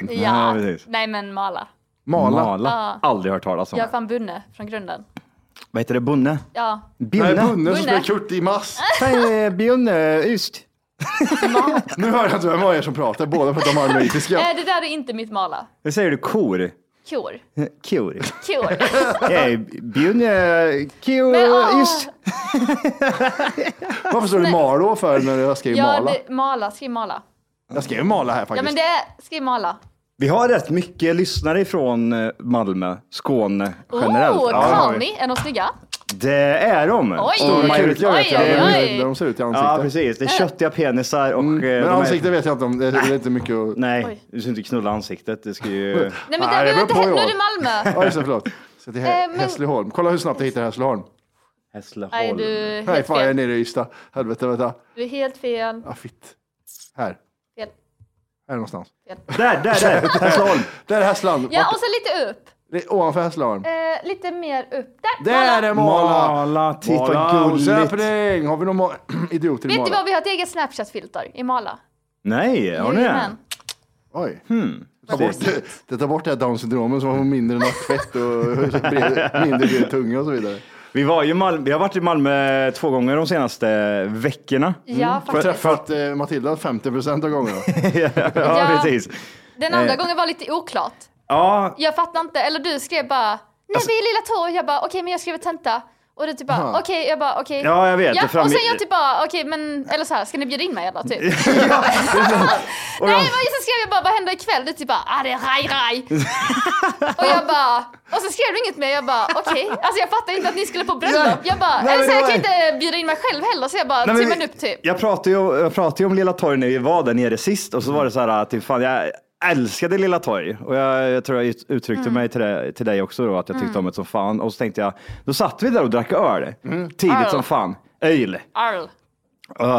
[SPEAKER 6] Ja,
[SPEAKER 2] Mm. Ja, precis.
[SPEAKER 6] nej men mala.
[SPEAKER 2] Mala.
[SPEAKER 6] Ja.
[SPEAKER 2] Aldrig hört talas om.
[SPEAKER 6] Jag är fan bunne från grunden.
[SPEAKER 2] Vad heter det? Bunne?
[SPEAKER 6] Ja.
[SPEAKER 2] Binne?
[SPEAKER 5] Nej, bunne som
[SPEAKER 6] Bunne.
[SPEAKER 5] är Kurt i mass.
[SPEAKER 2] Nej, Bjunne, eh, just.
[SPEAKER 5] Nu hör jag inte vem av er som pratar, båda pratar malmöitiska.
[SPEAKER 6] Nej, Eh, det där är inte mitt mala.
[SPEAKER 2] Hur säger du kor?
[SPEAKER 6] Kor.
[SPEAKER 2] Kor.
[SPEAKER 6] Kor.
[SPEAKER 2] Nej, Bjunne,
[SPEAKER 6] Men,
[SPEAKER 2] kor,
[SPEAKER 6] åh.
[SPEAKER 2] just.
[SPEAKER 5] Varför står det Malå för när jag skrev
[SPEAKER 6] Ja,
[SPEAKER 5] mala?
[SPEAKER 6] det, mala. Skriv mala.
[SPEAKER 5] Jag skrev mala här
[SPEAKER 6] Ja,
[SPEAKER 5] faktiskt.
[SPEAKER 6] men det är... Skriv mala.
[SPEAKER 2] Vi har rätt mycket lyssnare från eh, Malmö, Skåne generellt.
[SPEAKER 6] Oh,
[SPEAKER 2] Ja, det har vi.
[SPEAKER 6] Conny. Är de snygga?
[SPEAKER 2] Det är de.
[SPEAKER 6] Oj.
[SPEAKER 2] Stor
[SPEAKER 6] Oj,
[SPEAKER 2] majoritet.
[SPEAKER 6] oj, oj,
[SPEAKER 2] Det är-
[SPEAKER 6] oj.
[SPEAKER 5] Där de ser ut i ansiktet. Mm.
[SPEAKER 2] Ja, precis. Det är köttiga penisar och... eh, de
[SPEAKER 5] Men
[SPEAKER 2] är-
[SPEAKER 5] ansikte vet jag inte om, det det är inte mycket att...
[SPEAKER 2] Nej, du ska inte knulla ansiktet. Det ska ju...
[SPEAKER 6] Nej, men där, vänta, nu är det Malmö.
[SPEAKER 5] Ja, just det, förlåt. Så det här,
[SPEAKER 6] Eh, men-
[SPEAKER 5] Hässleholm. Kolla hur snabbt jag hittar Hässleholm.
[SPEAKER 2] Hässleholm.
[SPEAKER 6] Nej, du är
[SPEAKER 5] Nej,
[SPEAKER 6] Eh, helt
[SPEAKER 5] fan jag är
[SPEAKER 6] fel.
[SPEAKER 5] nere i Ystad. Helvete, vänta.
[SPEAKER 6] Du är helt fel.
[SPEAKER 5] Ah, fitt. Här.
[SPEAKER 6] fel.
[SPEAKER 5] Här någonstans.
[SPEAKER 6] Fel.
[SPEAKER 2] Där, där, där! Hässleholm.
[SPEAKER 5] Där är Hässland.
[SPEAKER 6] Ja, och så lite upp.
[SPEAKER 5] Det är ovanför Hässleholm.
[SPEAKER 6] Eh, lite mer upp. Där!
[SPEAKER 5] Där är Mala!
[SPEAKER 2] Mala, titta
[SPEAKER 5] Mala,
[SPEAKER 2] gulligt.
[SPEAKER 5] Söpning! Har vi någon ma- idioter i
[SPEAKER 6] Vet du
[SPEAKER 5] Mala?
[SPEAKER 6] vad, vi har ett eget Snapchat-filter i Mala.
[SPEAKER 2] Nej, har ni det?
[SPEAKER 6] Jajamän.
[SPEAKER 5] Oj.
[SPEAKER 2] Hmm,
[SPEAKER 5] Ta bort,
[SPEAKER 2] Precis.
[SPEAKER 5] det tar bort det här down syndromen som har mindre nackfett och bred- mindre bred tunga och så vidare.
[SPEAKER 2] Vi, var ju i Malmö, vi har varit i Malmö två gånger de senaste veckorna. Mm.
[SPEAKER 6] Ja,
[SPEAKER 5] Jag har
[SPEAKER 6] faktiskt.
[SPEAKER 5] träffat eh, Matilda 50 procent av gångerna.
[SPEAKER 2] ja,
[SPEAKER 6] Ja.
[SPEAKER 2] precis.
[SPEAKER 6] Den andra
[SPEAKER 2] Eh.
[SPEAKER 6] gången var lite oklart.
[SPEAKER 2] Ja,
[SPEAKER 6] Jag fattar inte. Eller du skrev bara, nej
[SPEAKER 2] Alltså-
[SPEAKER 6] vi är Lilla Torg. Jag bara, okej men jag skriver tenta. Och du typ bara,
[SPEAKER 5] Aha.
[SPEAKER 6] okej, jag bara okej.
[SPEAKER 2] Ja, jag vet.
[SPEAKER 6] Ja,
[SPEAKER 2] Det fram-
[SPEAKER 6] och sen jag typ bara, okej men, eller så här, ska ni bjuda in mig eller typ?
[SPEAKER 2] och
[SPEAKER 6] Nej,
[SPEAKER 2] jag,
[SPEAKER 6] men sen skrev jag bara, vad händer ikväll? Du typ bara, ah det är raj raj. och jag bara, och så skrev du inget mer. Jag bara, okej. Alltså jag fattar inte att ni skulle på bröllop. Jag bara,
[SPEAKER 2] Nej,
[SPEAKER 6] eller så
[SPEAKER 2] men
[SPEAKER 6] här,
[SPEAKER 2] det
[SPEAKER 6] jag kan
[SPEAKER 2] var-
[SPEAKER 6] inte bjuda in mig själv heller. Så jag bara,
[SPEAKER 2] Nej, men
[SPEAKER 6] tummen
[SPEAKER 2] vi-
[SPEAKER 6] upp typ.
[SPEAKER 2] jag pratade ju, jag pratade ju om Lilla Torg när vi var där nere sist och så var det så här, typ, fan, jag älskade Lilla Torg och jag, jag tror jag ut- uttryckte
[SPEAKER 6] Mm.
[SPEAKER 2] mig till, det, till dig också då att jag tyckte om det som fan och så tänkte jag, då satt vi där och drack öl
[SPEAKER 5] Mm.
[SPEAKER 2] tidigt
[SPEAKER 6] Öl.
[SPEAKER 2] som fan. Öl.
[SPEAKER 6] Arl.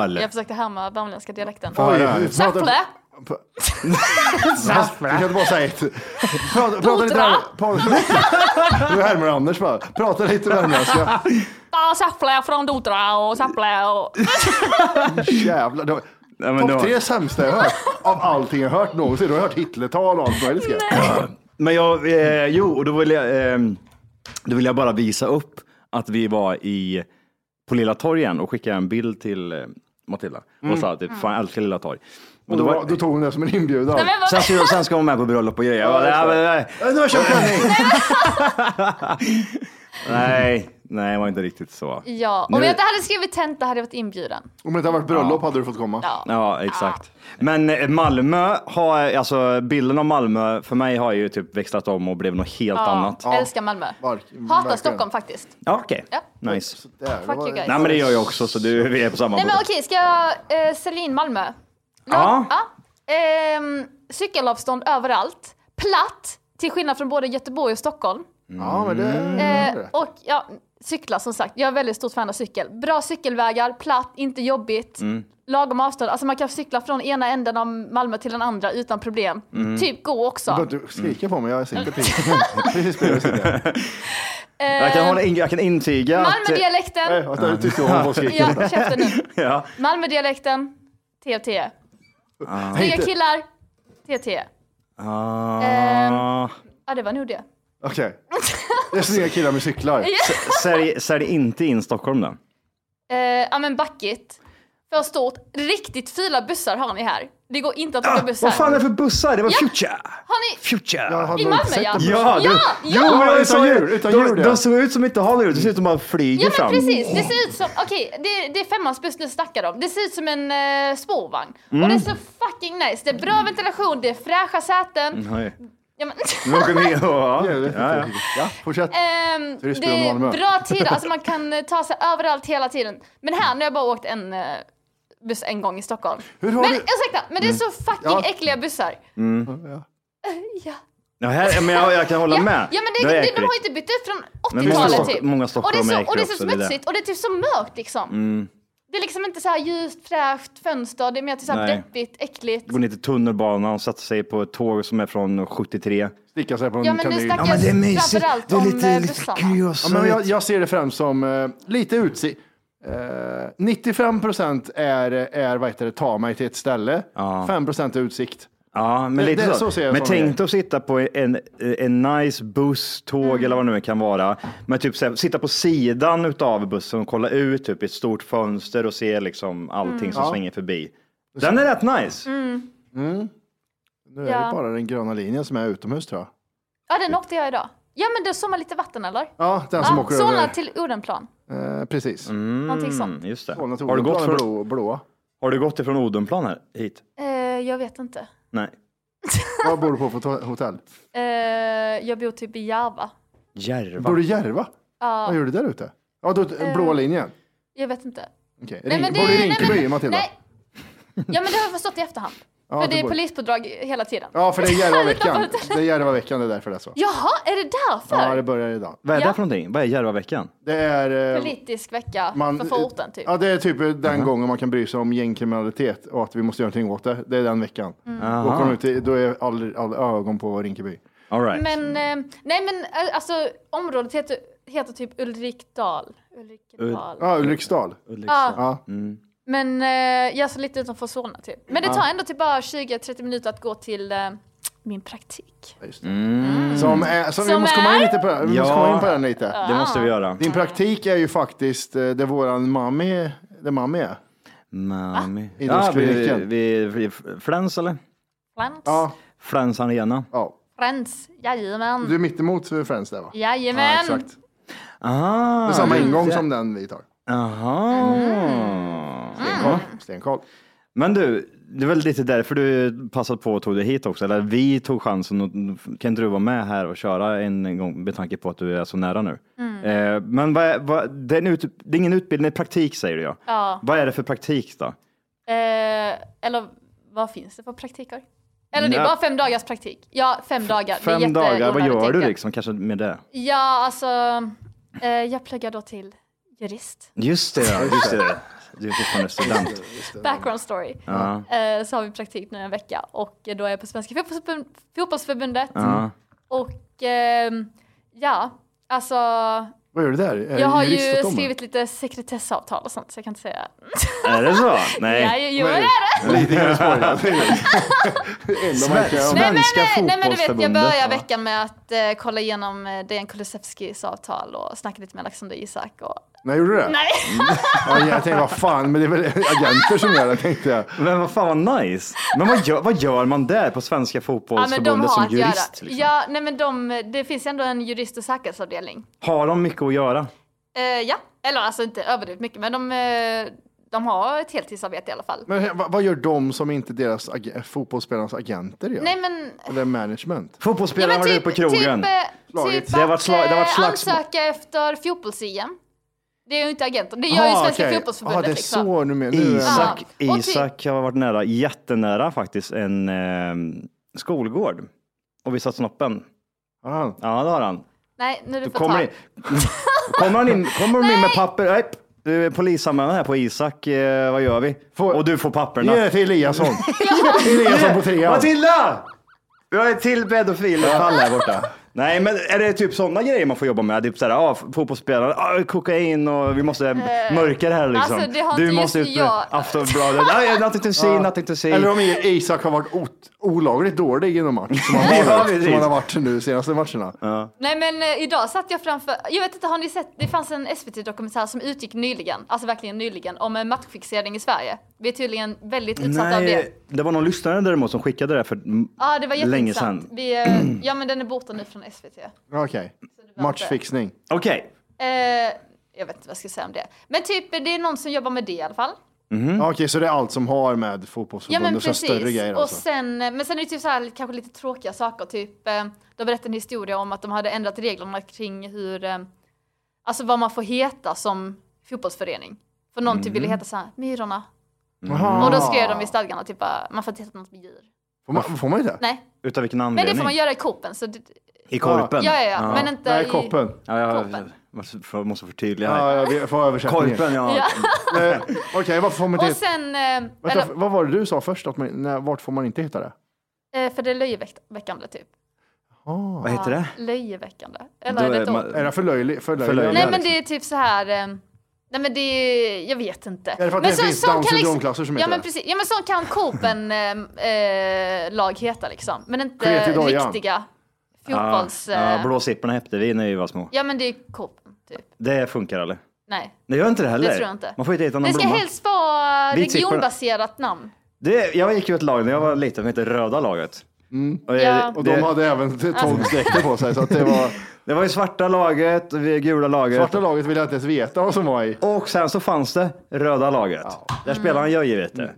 [SPEAKER 2] Öl.
[SPEAKER 6] Jag försökte härma värmländska dialekten.
[SPEAKER 5] Oj, oj.
[SPEAKER 6] Säffle.
[SPEAKER 5] Du kan inte bara säga ett. Prata, prata lite
[SPEAKER 6] Potra.
[SPEAKER 5] värmländska. Nu härmar Anders bara. Prata lite värmländska.
[SPEAKER 6] Ja, Säffle från Dotra och Säffle och...
[SPEAKER 5] Jävlar. Det
[SPEAKER 2] Nej,
[SPEAKER 5] var
[SPEAKER 2] men, det
[SPEAKER 5] topp
[SPEAKER 2] var-
[SPEAKER 5] tre sämsta jag hört av allting jag hört någonsin. Du har hört Hitlertal och allt möjligt. ska jag.
[SPEAKER 2] men jag, eh, jo, och då vill jag, eh, då vill jag bara visa upp att vi var i, på Lilla Torgen och skickade en bild till eh, Matilda och sa typ, fan jag älskar Lilla Torg. Och
[SPEAKER 5] Och
[SPEAKER 2] då
[SPEAKER 5] då,
[SPEAKER 2] var,
[SPEAKER 5] Mm. då tog hon det som en inbjudan.
[SPEAKER 6] Nej, men vad-
[SPEAKER 2] sen, ska- sen ska hon med på bröllop och grejer. Jag bara,
[SPEAKER 5] Ja,
[SPEAKER 2] nej, nej, nej.
[SPEAKER 5] Nu har jag köpt klänning.
[SPEAKER 2] Nej, nej, det var inte riktigt så.
[SPEAKER 6] Ja, om
[SPEAKER 2] Nu-
[SPEAKER 6] jag inte hade skrivit tenta hade jag varit inbjuden.
[SPEAKER 5] Om det inte hade varit bröllop hade du fått komma.
[SPEAKER 6] Ja.
[SPEAKER 2] Ja, exakt. Men eh, Malmö har, alltså bilden av Malmö för mig har ju typ växlat om och blev något helt annat.
[SPEAKER 6] Ja, Älskar Malmö.
[SPEAKER 5] Verk-
[SPEAKER 6] Hatar
[SPEAKER 5] verkligen.
[SPEAKER 6] Stockholm faktiskt.
[SPEAKER 2] Ja, okej.
[SPEAKER 6] Ja.
[SPEAKER 2] Nice.
[SPEAKER 5] Där, det
[SPEAKER 6] Fuck
[SPEAKER 5] var-
[SPEAKER 6] you guys.
[SPEAKER 2] Nej, men det gör jag också, så du, vi är på samma
[SPEAKER 6] Nej men
[SPEAKER 2] båt.
[SPEAKER 6] okej, ska jag eh, sälja in Malmö?
[SPEAKER 2] Ja.
[SPEAKER 6] Ehm, cykelavstånd överallt. Platt, till skillnad från både Göteborg och Stockholm.
[SPEAKER 5] Ja, men det...
[SPEAKER 6] Eh, och ja, cyklar som sagt. Jag är väldigt stort fan av cykel. Bra cykelvägar, platt, inte jobbigt.
[SPEAKER 2] Mm.
[SPEAKER 6] Lagom avstånd. Alltså man kan cykla från ena änden av Malmö till den andra utan problem.
[SPEAKER 2] Mm.
[SPEAKER 6] Typ gå
[SPEAKER 5] Du
[SPEAKER 6] också.
[SPEAKER 5] behöver inte skrika på mig, jag sitter precis. precis bredvid sitter
[SPEAKER 2] Jag kan, hålla in, jag kan intyga att...
[SPEAKER 6] Eh, Malmödialekten.
[SPEAKER 5] jag. Du tyckte hon var skrika.
[SPEAKER 6] Ja, käften nu.
[SPEAKER 2] Ja.
[SPEAKER 6] Malmödialekten. TT. Snygga killar. TT. Eh.
[SPEAKER 2] Ah.
[SPEAKER 6] Ja, det var nog det.
[SPEAKER 5] Okej. Det är snygga killar med cyklar.
[SPEAKER 2] Sälj, sälj inte in Stockholm då.
[SPEAKER 6] Eh, Ja, men backigt. För stort. Riktigt fila bussar har ni här. Det går inte att åka buss här.
[SPEAKER 2] Ah, Vad fan är det för bussar? Det var Future.
[SPEAKER 6] Har ni?
[SPEAKER 2] Future.
[SPEAKER 5] Jag hade
[SPEAKER 6] I
[SPEAKER 5] nog inte
[SPEAKER 6] Malmö
[SPEAKER 5] sett
[SPEAKER 6] ja.
[SPEAKER 5] dem.
[SPEAKER 2] Ja, du,
[SPEAKER 6] ja,
[SPEAKER 2] Jo,
[SPEAKER 6] ja.
[SPEAKER 2] men
[SPEAKER 5] utan
[SPEAKER 2] sa ju-
[SPEAKER 5] djur, utan djur,
[SPEAKER 2] de,
[SPEAKER 5] ja.
[SPEAKER 2] de såg ut som inte håller ut, det ser ut som att de bara flyger
[SPEAKER 6] Ja men
[SPEAKER 2] fram.
[SPEAKER 6] precis, det ser ut som, okej det, det är femmans buss nu snackar om. Det ser ut som en eh, spårvagn. Och
[SPEAKER 2] Mm.
[SPEAKER 6] det är så fucking nice. Det är bra ventilation, det är fräscha säten.
[SPEAKER 2] Nej.
[SPEAKER 6] Ja, men,
[SPEAKER 2] Nu åker vi och... Ja,
[SPEAKER 5] Jag vet inte.
[SPEAKER 2] ja.
[SPEAKER 5] Ja, fortsätt.
[SPEAKER 6] Ehm,
[SPEAKER 5] Turistbyrå
[SPEAKER 6] det är
[SPEAKER 5] Malmö.
[SPEAKER 6] bra tider, alltså man kan eh, ta sig överallt hela tiden. Men här, nu har jag bara åkt en eh, buss en gång i Stockholm.
[SPEAKER 5] Hur
[SPEAKER 6] Men
[SPEAKER 5] har du-
[SPEAKER 6] ursäkta, men det
[SPEAKER 2] Mm.
[SPEAKER 6] är så fucking
[SPEAKER 2] Ja.
[SPEAKER 6] äckliga bussar.
[SPEAKER 2] Mm.
[SPEAKER 6] Ja.
[SPEAKER 2] Ja, här, men jag, jag kan hålla
[SPEAKER 6] ja,
[SPEAKER 2] med.
[SPEAKER 6] Ja, men det, det, de
[SPEAKER 2] äckligt.
[SPEAKER 6] har ju inte bytt ut från
[SPEAKER 2] Men
[SPEAKER 6] 80-talet
[SPEAKER 2] många
[SPEAKER 6] typ.
[SPEAKER 2] Stock- många
[SPEAKER 6] och det är
[SPEAKER 2] Stockholm är
[SPEAKER 6] så, och det
[SPEAKER 2] äckliga
[SPEAKER 6] är så
[SPEAKER 2] också, det är det.
[SPEAKER 6] smutsigt och det är typ så mörkt liksom.
[SPEAKER 2] Mm.
[SPEAKER 6] Det är liksom inte så här ljust, fräscht fönster. Det är mer typ så här
[SPEAKER 2] Nej.
[SPEAKER 6] deppigt, äckligt.
[SPEAKER 2] Det går ner till tunnelbanan och sätter sig på ett tåg som är från 73.
[SPEAKER 5] Sticka sig på
[SPEAKER 6] Ja, men nu snackar jag framförallt om eh, bussarna.
[SPEAKER 5] Ja, men jag, jag ser det främst som eh, lite utsikt. 95 procent är, är vad heter det, ta mig till ett ställe. 5 procent är utsikt.
[SPEAKER 2] Ja, men
[SPEAKER 5] Det-
[SPEAKER 2] lite
[SPEAKER 5] det-
[SPEAKER 2] så.
[SPEAKER 5] så ser jag
[SPEAKER 2] men
[SPEAKER 5] sån
[SPEAKER 2] tänk
[SPEAKER 5] grej.
[SPEAKER 2] dig att sitta på en, en nice buss, tåg
[SPEAKER 5] Mm.
[SPEAKER 2] eller vad det nu kan vara. Men typ så här, sitta på sidan utav bussen och kolla ut typ i ett stort fönster och se liksom allting
[SPEAKER 6] Mm.
[SPEAKER 2] som
[SPEAKER 6] Ja.
[SPEAKER 2] svänger förbi. Den är rätt nice.
[SPEAKER 6] Mm.
[SPEAKER 5] Mm. Nu är
[SPEAKER 6] Ja.
[SPEAKER 5] det bara den gröna linjen som är utomhus tror jag.
[SPEAKER 6] Ja, den åkte jag idag. Ja, men det somnar lite vatten eller?
[SPEAKER 5] Ja, den som
[SPEAKER 6] Ja,
[SPEAKER 5] åker
[SPEAKER 6] Solna
[SPEAKER 5] över.
[SPEAKER 6] till Odenplan.
[SPEAKER 5] Eh, precis.
[SPEAKER 6] Någonting
[SPEAKER 2] Mm.
[SPEAKER 6] sånt.
[SPEAKER 2] Just det.
[SPEAKER 5] Solna till
[SPEAKER 2] Har du, gått
[SPEAKER 5] Odenplan är
[SPEAKER 2] från,
[SPEAKER 5] blå,
[SPEAKER 2] har du gått ifrån Odenplan här, hit?
[SPEAKER 6] Eh, jag vet inte.
[SPEAKER 2] Nej.
[SPEAKER 5] Vad bor du på för to- hotell?
[SPEAKER 6] Eh, jag bor typ i Järva.
[SPEAKER 2] Järva.
[SPEAKER 5] Bor du i Järva?
[SPEAKER 6] Ja.
[SPEAKER 5] Vad gör du där ute? Ja, då,
[SPEAKER 6] Eh,
[SPEAKER 5] blå linjen.
[SPEAKER 6] Jag vet inte.
[SPEAKER 5] Okej.
[SPEAKER 6] Nej, men
[SPEAKER 5] Ring-
[SPEAKER 6] det-
[SPEAKER 5] Bor du i
[SPEAKER 6] nej, men-
[SPEAKER 5] Rinkeby, Matilda?
[SPEAKER 6] nej. Ja, men det har jag förstått i efterhand.
[SPEAKER 5] Ja,
[SPEAKER 6] för
[SPEAKER 5] du
[SPEAKER 6] det är
[SPEAKER 5] bor-
[SPEAKER 6] polispådrag hela tiden.
[SPEAKER 5] Ja, för det är Järvaveckan.
[SPEAKER 6] Utanför hotellet.
[SPEAKER 5] det är Järvaveckan, det är därför det är så.
[SPEAKER 6] Jaha, är det därför?
[SPEAKER 5] Ja, det börjar idag.
[SPEAKER 2] Vad är
[SPEAKER 6] Ja.
[SPEAKER 2] det för någonting? Vad är Järvaveckan?
[SPEAKER 5] Det är... eh,
[SPEAKER 6] Politisk vecka
[SPEAKER 5] man-
[SPEAKER 6] för förorten typ.
[SPEAKER 5] Ja, det är typ den gången man kan bry sig om gängkriminalitet och att vi måste göra någonting åt det. Det är den veckan.
[SPEAKER 6] Mm.
[SPEAKER 5] Då,
[SPEAKER 2] Aha.
[SPEAKER 5] kommer de ut, i- då är all, all ögon på Rinkeby.
[SPEAKER 2] All
[SPEAKER 6] Men, eh, nej men eh, alltså området heter, heter typ Ulrikdal. Ulrikdal.
[SPEAKER 5] Ja, Ulriksdal.
[SPEAKER 6] Ulriksdal.
[SPEAKER 5] Ja.
[SPEAKER 6] Men eh, jag så lite utanför Solna typ. Men det
[SPEAKER 5] Ja.
[SPEAKER 6] tar ändå typ bara 20-30 minuter att gå till eh, min praktik.
[SPEAKER 2] Mm.
[SPEAKER 5] Som, är, som, vi
[SPEAKER 6] Som
[SPEAKER 5] måste komma in
[SPEAKER 6] är?
[SPEAKER 5] lite på, vi måste
[SPEAKER 2] Ja,
[SPEAKER 5] komma in på den lite.
[SPEAKER 2] det måste vi göra.
[SPEAKER 5] Din praktik är ju faktiskt eh, det våran mami, det mami är.
[SPEAKER 2] Mami. Ja, vi,
[SPEAKER 5] Ah, Idrottskliniken.
[SPEAKER 2] vi, vi, Flens eller?
[SPEAKER 6] Friends.
[SPEAKER 2] Flens Arena.
[SPEAKER 5] Ja.
[SPEAKER 6] Friends. Jajamän.
[SPEAKER 5] Du är mittemot Friends där va?
[SPEAKER 6] Jajamän.
[SPEAKER 5] Ja, exakt.
[SPEAKER 2] Aha,
[SPEAKER 5] det är samma
[SPEAKER 2] det är
[SPEAKER 5] ingång
[SPEAKER 2] det.
[SPEAKER 5] som den vi tar.
[SPEAKER 2] Aha.
[SPEAKER 5] Stenkoll.
[SPEAKER 6] Mm.
[SPEAKER 5] Stenkoll.
[SPEAKER 2] Mm. Men du, det är väl lite därför du passade på och tog dig hit också, eller vi tog chansen. Och, kan inte du vara med här och köra en gång med tanke på att du är så nära nu?
[SPEAKER 6] Mm.
[SPEAKER 2] Eh, men vad, är- vad, det, är en ut, det är ingen utbildning, det är praktik säger jag.
[SPEAKER 6] Ja.
[SPEAKER 2] Vad är det för praktik då?
[SPEAKER 6] Eh, eller vad finns det för praktiker? Eller det är
[SPEAKER 2] Nej.
[SPEAKER 6] bara fem dagars praktik. Ja, fem dagar. det är
[SPEAKER 2] Fem dagar, vad
[SPEAKER 6] jätteonödigt,
[SPEAKER 2] gör
[SPEAKER 6] tänker
[SPEAKER 2] du
[SPEAKER 6] jag.
[SPEAKER 2] liksom kanske med det?
[SPEAKER 6] Ja, alltså. Eh, jag pluggar då till jurist.
[SPEAKER 2] Just det, ja, just det. Du är fortfarande student.
[SPEAKER 6] Background story.
[SPEAKER 2] Ja.
[SPEAKER 6] Eh, så har vi praktik nu en vecka och då är jag på Svenska fotbollsförbund, fotbollsförbundet.
[SPEAKER 2] Ja.
[SPEAKER 6] Och ehm, ja, alltså.
[SPEAKER 5] Vad gör du där? Är
[SPEAKER 6] Jag har
[SPEAKER 5] det jurist
[SPEAKER 6] ju
[SPEAKER 5] åt dem,
[SPEAKER 6] skrivit lite sekretessavtal och sånt så jag kan inte säga.
[SPEAKER 2] Är det så? Nej.
[SPEAKER 6] Ja, jo, jo, det är det.
[SPEAKER 5] Lite grann spoiler.
[SPEAKER 2] Sven-
[SPEAKER 6] Nej men,
[SPEAKER 2] Svenska
[SPEAKER 6] nej, nej, men du vet, jag
[SPEAKER 2] fotbollsförbundet,
[SPEAKER 6] börjar
[SPEAKER 2] va?
[SPEAKER 6] veckan med att eh, kolla igenom eh, Dejan Kulusevskis avtal och snacka lite med Alexander Isak. Och...
[SPEAKER 5] Nej, gjorde du det?
[SPEAKER 6] Nej.
[SPEAKER 5] Ja, jag tänkte, vad fan, men det är väl agenter som gör det, tänkte jag.
[SPEAKER 2] Men vad fan vad nice. Men vad gör, vad gör man där på Svenska
[SPEAKER 6] Ja, men de
[SPEAKER 2] fotbollsförbundet
[SPEAKER 6] har
[SPEAKER 2] som
[SPEAKER 6] att göra.
[SPEAKER 2] jurist? Liksom?
[SPEAKER 6] Ja, nej, men de, det finns ändå en jurist och säkerhetsavdelning.
[SPEAKER 2] Har de mycket att göra?
[SPEAKER 6] Eh, ja, eller alltså inte överdrivet mycket, men de, eh, de har ett heltidsarbete i alla fall.
[SPEAKER 5] Men vad, vad gör de som inte deras ag- fotbollsspelarnas agenter gör?
[SPEAKER 6] Nej, men
[SPEAKER 5] Eller management?
[SPEAKER 2] Fotbollsspelaren
[SPEAKER 6] Ja, men
[SPEAKER 2] var ute på krogen.
[SPEAKER 6] Typ, eh,
[SPEAKER 5] Slagits.
[SPEAKER 6] typ
[SPEAKER 5] Det har
[SPEAKER 6] att
[SPEAKER 5] varit sla- det har varit
[SPEAKER 6] eh,
[SPEAKER 5] slagsmål.
[SPEAKER 6] ansöka efter fotbolls-EM. Det är ju inte agenter, det gör ju
[SPEAKER 5] Ah,
[SPEAKER 6] Svenska
[SPEAKER 5] okej.
[SPEAKER 6] fotbollsförbundet.
[SPEAKER 5] Ah, det är
[SPEAKER 6] liksom.
[SPEAKER 5] så nu menar du.
[SPEAKER 2] Isak,
[SPEAKER 6] Ja, och typ- ty-
[SPEAKER 2] Isak har varit nära, jättenära faktiskt, en eh, skolgård. Och visat snoppen. Ja, det har han.
[SPEAKER 6] Nej, nu är det
[SPEAKER 2] Du
[SPEAKER 6] för
[SPEAKER 2] kommer,
[SPEAKER 6] tal.
[SPEAKER 2] in, kommer han in, kommer de in med papper? Nej, du är polisanmälan här på Isak. Eh, vad gör vi? Och du får papperna.
[SPEAKER 5] Ge det till Eliasson.
[SPEAKER 6] Ja.
[SPEAKER 5] Eliasson på trean.
[SPEAKER 2] Matilda! Vi har ett till pedofilfall här borta. Nej, men är det typ sådana grejer man får jobba med? Typ såhär, ah, fotbollsspelare, ah, kokain och vi måste
[SPEAKER 6] Eh,
[SPEAKER 2] mörka det här liksom.
[SPEAKER 5] alltså, det har
[SPEAKER 2] du
[SPEAKER 5] inte
[SPEAKER 2] måste
[SPEAKER 5] just
[SPEAKER 2] ut med
[SPEAKER 5] jag.
[SPEAKER 2] Aftonbladet. Ah, nothing to see,
[SPEAKER 5] Ja.
[SPEAKER 2] nothing to see.
[SPEAKER 5] Eller om Isak har varit ot- olagligt dålig i någon match. Som han,
[SPEAKER 2] Ja,
[SPEAKER 5] har varit,
[SPEAKER 2] precis.
[SPEAKER 5] som han har varit nu senaste matcherna.
[SPEAKER 6] Nej men eh, idag satt jag framför, jag vet inte har ni sett, det fanns en SVT-dokumentär som utgick nyligen, alltså verkligen nyligen, om eh, matchfixering i Sverige. Vi är tydligen väldigt utsatta av det.
[SPEAKER 2] Nej, det var någon lyssnare däremot som skickade det här för mm,
[SPEAKER 6] Ja det var
[SPEAKER 2] länge
[SPEAKER 6] jätteintressant.
[SPEAKER 2] sedan.
[SPEAKER 6] Vi, eh, ja men den är borta nu från SVT.
[SPEAKER 5] Okej. Matchfixning.
[SPEAKER 2] Okej.
[SPEAKER 6] Eh, jag vet inte vad jag ska säga om det. Men typ eh, det är någon som jobbar med det i alla fall.
[SPEAKER 5] Okej, så det är allt som har med
[SPEAKER 6] Ja men
[SPEAKER 5] fotbollsförbundet och
[SPEAKER 6] precis.
[SPEAKER 5] större grejer
[SPEAKER 6] och
[SPEAKER 5] alltså.
[SPEAKER 6] sen, eh, men sen är det typ så här, kanske lite tråkiga saker. Typ, eh, de berättade en historia om att de hade ändrat reglerna kring hur, eh, alltså vad man får heta som fotbollsförening. För någon typ
[SPEAKER 9] Mm.
[SPEAKER 6] ville heta så här, Myrorna.
[SPEAKER 5] Aha.
[SPEAKER 6] Och då skrev
[SPEAKER 5] Ah.
[SPEAKER 6] de i stadgarna typ bara, man får inte hitta något med djur.
[SPEAKER 5] Mm. Får man, får man inte?
[SPEAKER 6] Nej,
[SPEAKER 2] Utav vilken
[SPEAKER 6] men
[SPEAKER 2] anledning?
[SPEAKER 6] det får man göra i Copen. Så det,
[SPEAKER 2] I korpen?
[SPEAKER 6] Ja, ja, ja, men inte
[SPEAKER 5] Nej,
[SPEAKER 6] i-
[SPEAKER 5] koppen.
[SPEAKER 2] Ja, jag måste- för- måste förtydliga här.
[SPEAKER 5] Ja, jag vet- får översättningen.
[SPEAKER 2] Korpen, ja.
[SPEAKER 6] Ja.
[SPEAKER 5] Eh, Okej, varför får man inte
[SPEAKER 6] Och
[SPEAKER 5] hitta...
[SPEAKER 6] sen, eh,
[SPEAKER 5] Vänta,
[SPEAKER 6] eller,
[SPEAKER 5] Vad var det du sa först? Att man, när, vart får man inte hitta det?
[SPEAKER 6] eh, för det är löjeväckande typ.
[SPEAKER 5] Ah.
[SPEAKER 2] Vad heter det?
[SPEAKER 6] Löjeväckande. Eller är det ett ord?
[SPEAKER 5] Är det förlöjlig? förlöjlig?
[SPEAKER 6] Nej men det är typ så här. eh, Nej men det är, jag vet inte.
[SPEAKER 5] det för att
[SPEAKER 6] men
[SPEAKER 5] det finns
[SPEAKER 6] sån
[SPEAKER 5] Downs
[SPEAKER 6] kan liksom-
[SPEAKER 5] syndromklasser som
[SPEAKER 6] ja,
[SPEAKER 5] heter
[SPEAKER 6] men
[SPEAKER 5] det?
[SPEAKER 6] precis, ja men sån kan Copen eh, eh, lag heta liksom. Men
[SPEAKER 2] Sket i
[SPEAKER 6] inte
[SPEAKER 2] dojan.
[SPEAKER 6] riktiga
[SPEAKER 5] Ah,
[SPEAKER 6] fotbolls...
[SPEAKER 2] Ja,
[SPEAKER 6] eh,
[SPEAKER 2] ja, blåsipporna hette vi när vi var små.
[SPEAKER 6] ja men det är Copen typ.
[SPEAKER 2] Det funkar eller?
[SPEAKER 6] Nej.
[SPEAKER 2] Det gör inte det heller.
[SPEAKER 6] Det tror jag inte.
[SPEAKER 2] Man får inte hitta någon
[SPEAKER 6] Det ska
[SPEAKER 2] blomma.
[SPEAKER 6] helst vara
[SPEAKER 2] Vitsipporna.
[SPEAKER 6] regionbaserat namn.
[SPEAKER 2] Det, jag gick ju ett lag när jag var liten som hette Röda laget. Mm. Och,
[SPEAKER 6] Ja.
[SPEAKER 5] Och de hade även
[SPEAKER 6] Alltså.
[SPEAKER 5] tolvdräkter på sig. Så att det, var,
[SPEAKER 2] det var ju svarta laget och det gula laget.
[SPEAKER 5] svarta laget ville jag inte ens veta vad som var i.
[SPEAKER 2] Och sen så fanns det röda laget. Där spelade
[SPEAKER 6] Mm.
[SPEAKER 2] han Jöje vet du.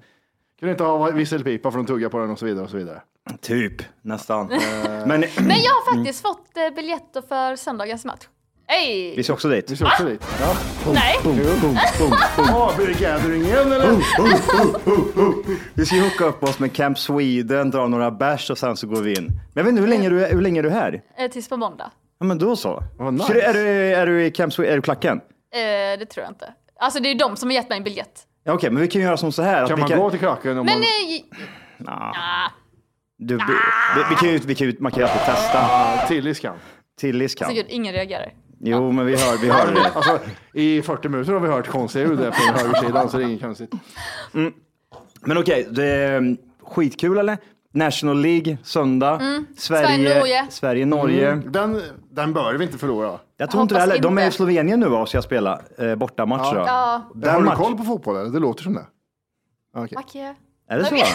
[SPEAKER 5] Kunde inte ha visselpipa för de tugga på den och så vidare. Och så vidare.
[SPEAKER 2] Typ, nästan. Men
[SPEAKER 6] Men jag
[SPEAKER 5] Mm.
[SPEAKER 6] har faktiskt fått eh, biljetter för söndagens match. Hej!
[SPEAKER 2] vi ska också dit.
[SPEAKER 5] Vi ska också dit. Ja.
[SPEAKER 6] Nej!
[SPEAKER 2] Boom, boom, boom, boom.
[SPEAKER 5] Oh, blir det gatheringen eller?
[SPEAKER 2] Vi ska ju hooka upp oss med Camp Sweden, dra några bärs och sen så går vi in. Men jag vet inte hur länge du är, hur länge är du här?
[SPEAKER 6] Eh, Tills på måndag.
[SPEAKER 2] Ja men då så.
[SPEAKER 5] nice.
[SPEAKER 2] Så du- är, du, är du i Camp Sweden, är du klacken?
[SPEAKER 6] Eh, det tror jag inte. Alltså det är ju de som har gett mig en biljett.
[SPEAKER 2] Ja, Okej, men vi kan ju göra som så här. att
[SPEAKER 5] Kan
[SPEAKER 2] vi
[SPEAKER 5] man
[SPEAKER 2] kan...
[SPEAKER 5] gå till klacken om
[SPEAKER 6] Men
[SPEAKER 5] man...
[SPEAKER 6] eh,
[SPEAKER 2] Nah. Du, vi, vi, vi kan ju, vi kan ju, man kan ju alltid testa.
[SPEAKER 5] Tillis kan.
[SPEAKER 2] Tillis
[SPEAKER 6] alltså,
[SPEAKER 2] kan.
[SPEAKER 6] gud, ingen reagerar.
[SPEAKER 2] Jo, men vi hör, vi hör det.
[SPEAKER 5] Alltså, I 40 minuter har vi hört konstiga ljud där från högersidan så det är inget konstigt.
[SPEAKER 2] Men okej, det är mm, skitkul eller? National League, söndag.
[SPEAKER 6] Mm.
[SPEAKER 2] Sverige,
[SPEAKER 6] Sverige-Norge.
[SPEAKER 2] Sverige, Norge.
[SPEAKER 5] Mm, Den, den bör vi inte förlora.
[SPEAKER 2] Jag tror inte det
[SPEAKER 6] Hoppas
[SPEAKER 2] heller. De är i
[SPEAKER 6] inte.
[SPEAKER 2] Slovenien nu va, och ska spela eh, bortamatch då.
[SPEAKER 6] Ja.
[SPEAKER 2] Den
[SPEAKER 5] har du
[SPEAKER 2] match-
[SPEAKER 5] koll på fotboll eller? Det låter som det. Okej.
[SPEAKER 6] Okej.
[SPEAKER 2] Är det så?
[SPEAKER 6] Nej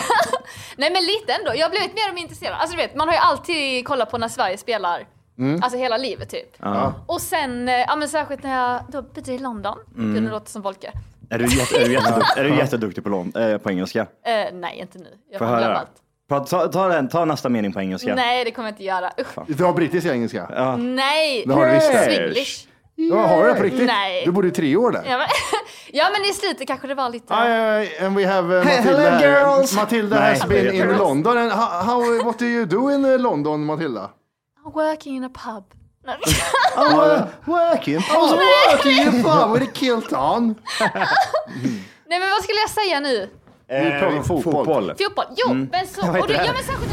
[SPEAKER 6] men lite ändå. Jag har blivit mer och mer intresserad. Alltså du vet, man har ju alltid kollat på när Sverige spelar. Alltså hela livet typ.
[SPEAKER 2] Mm. Ja.
[SPEAKER 6] Och sen, eh, ja men särskilt när jag då bytte i London.
[SPEAKER 2] Mm.
[SPEAKER 6] Gud, nu låter jag som Volke.
[SPEAKER 2] Är du, jätte, är du, jättedukt, är du jätteduktig på, lån, eh, på engelska?
[SPEAKER 6] Eh, nej, inte nu. Jag
[SPEAKER 2] Får jag
[SPEAKER 6] kommer glömma
[SPEAKER 2] höra?
[SPEAKER 6] allt.
[SPEAKER 2] Prata- Ta, ta, den, ta nästa mening på engelska.
[SPEAKER 6] Nej, det kommer jag inte göra. Usch.
[SPEAKER 5] Du har brittisk engelska? Ja.
[SPEAKER 2] Ah.
[SPEAKER 6] Nej!
[SPEAKER 5] Det har du visst det.
[SPEAKER 6] Swedish.
[SPEAKER 5] har du det på riktigt?
[SPEAKER 6] Nej.
[SPEAKER 5] Du bodde i tre år där.
[SPEAKER 6] Ja men, ja, men i slutet kanske det var lite...
[SPEAKER 2] Ah,
[SPEAKER 5] Hi, uh, and we have uh,
[SPEAKER 2] hello,
[SPEAKER 5] Matilda here.
[SPEAKER 2] girls.
[SPEAKER 5] Matilda
[SPEAKER 2] Nej,
[SPEAKER 5] has
[SPEAKER 2] jag
[SPEAKER 5] been
[SPEAKER 2] vet
[SPEAKER 5] in
[SPEAKER 2] inte.
[SPEAKER 5] London. And how, how, what do you do in uh, London, Matilda?
[SPEAKER 6] Working in a pub. Nej.
[SPEAKER 5] Uh, working. I was working in a pub with a kilt on.
[SPEAKER 6] Nej men vad skulle jag säga nu?
[SPEAKER 2] Eh,
[SPEAKER 5] Vi pratar om fotboll.
[SPEAKER 6] Fotboll? Jo, men så...
[SPEAKER 2] Mm. Jag vet
[SPEAKER 6] Och det,
[SPEAKER 2] det.
[SPEAKER 6] ja, men särskilt...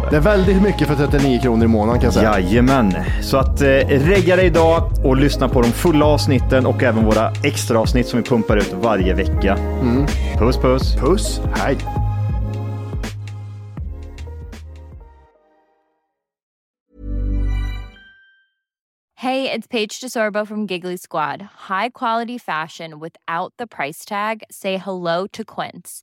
[SPEAKER 2] det.
[SPEAKER 5] Det är väldigt mycket för 39 kronor i månaden kan jag säga.
[SPEAKER 2] Jajamän, så att eh, regga dig idag och lyssna på de fulla avsnitten och även våra extra avsnitt som vi pumpar ut varje vecka.
[SPEAKER 5] Mm.
[SPEAKER 2] Puss puss!
[SPEAKER 5] Puss, hej.
[SPEAKER 9] Hey, it's Paige DeSorbo from Giggly Squad. High quality fashion without the price tag. Say hello to Quince.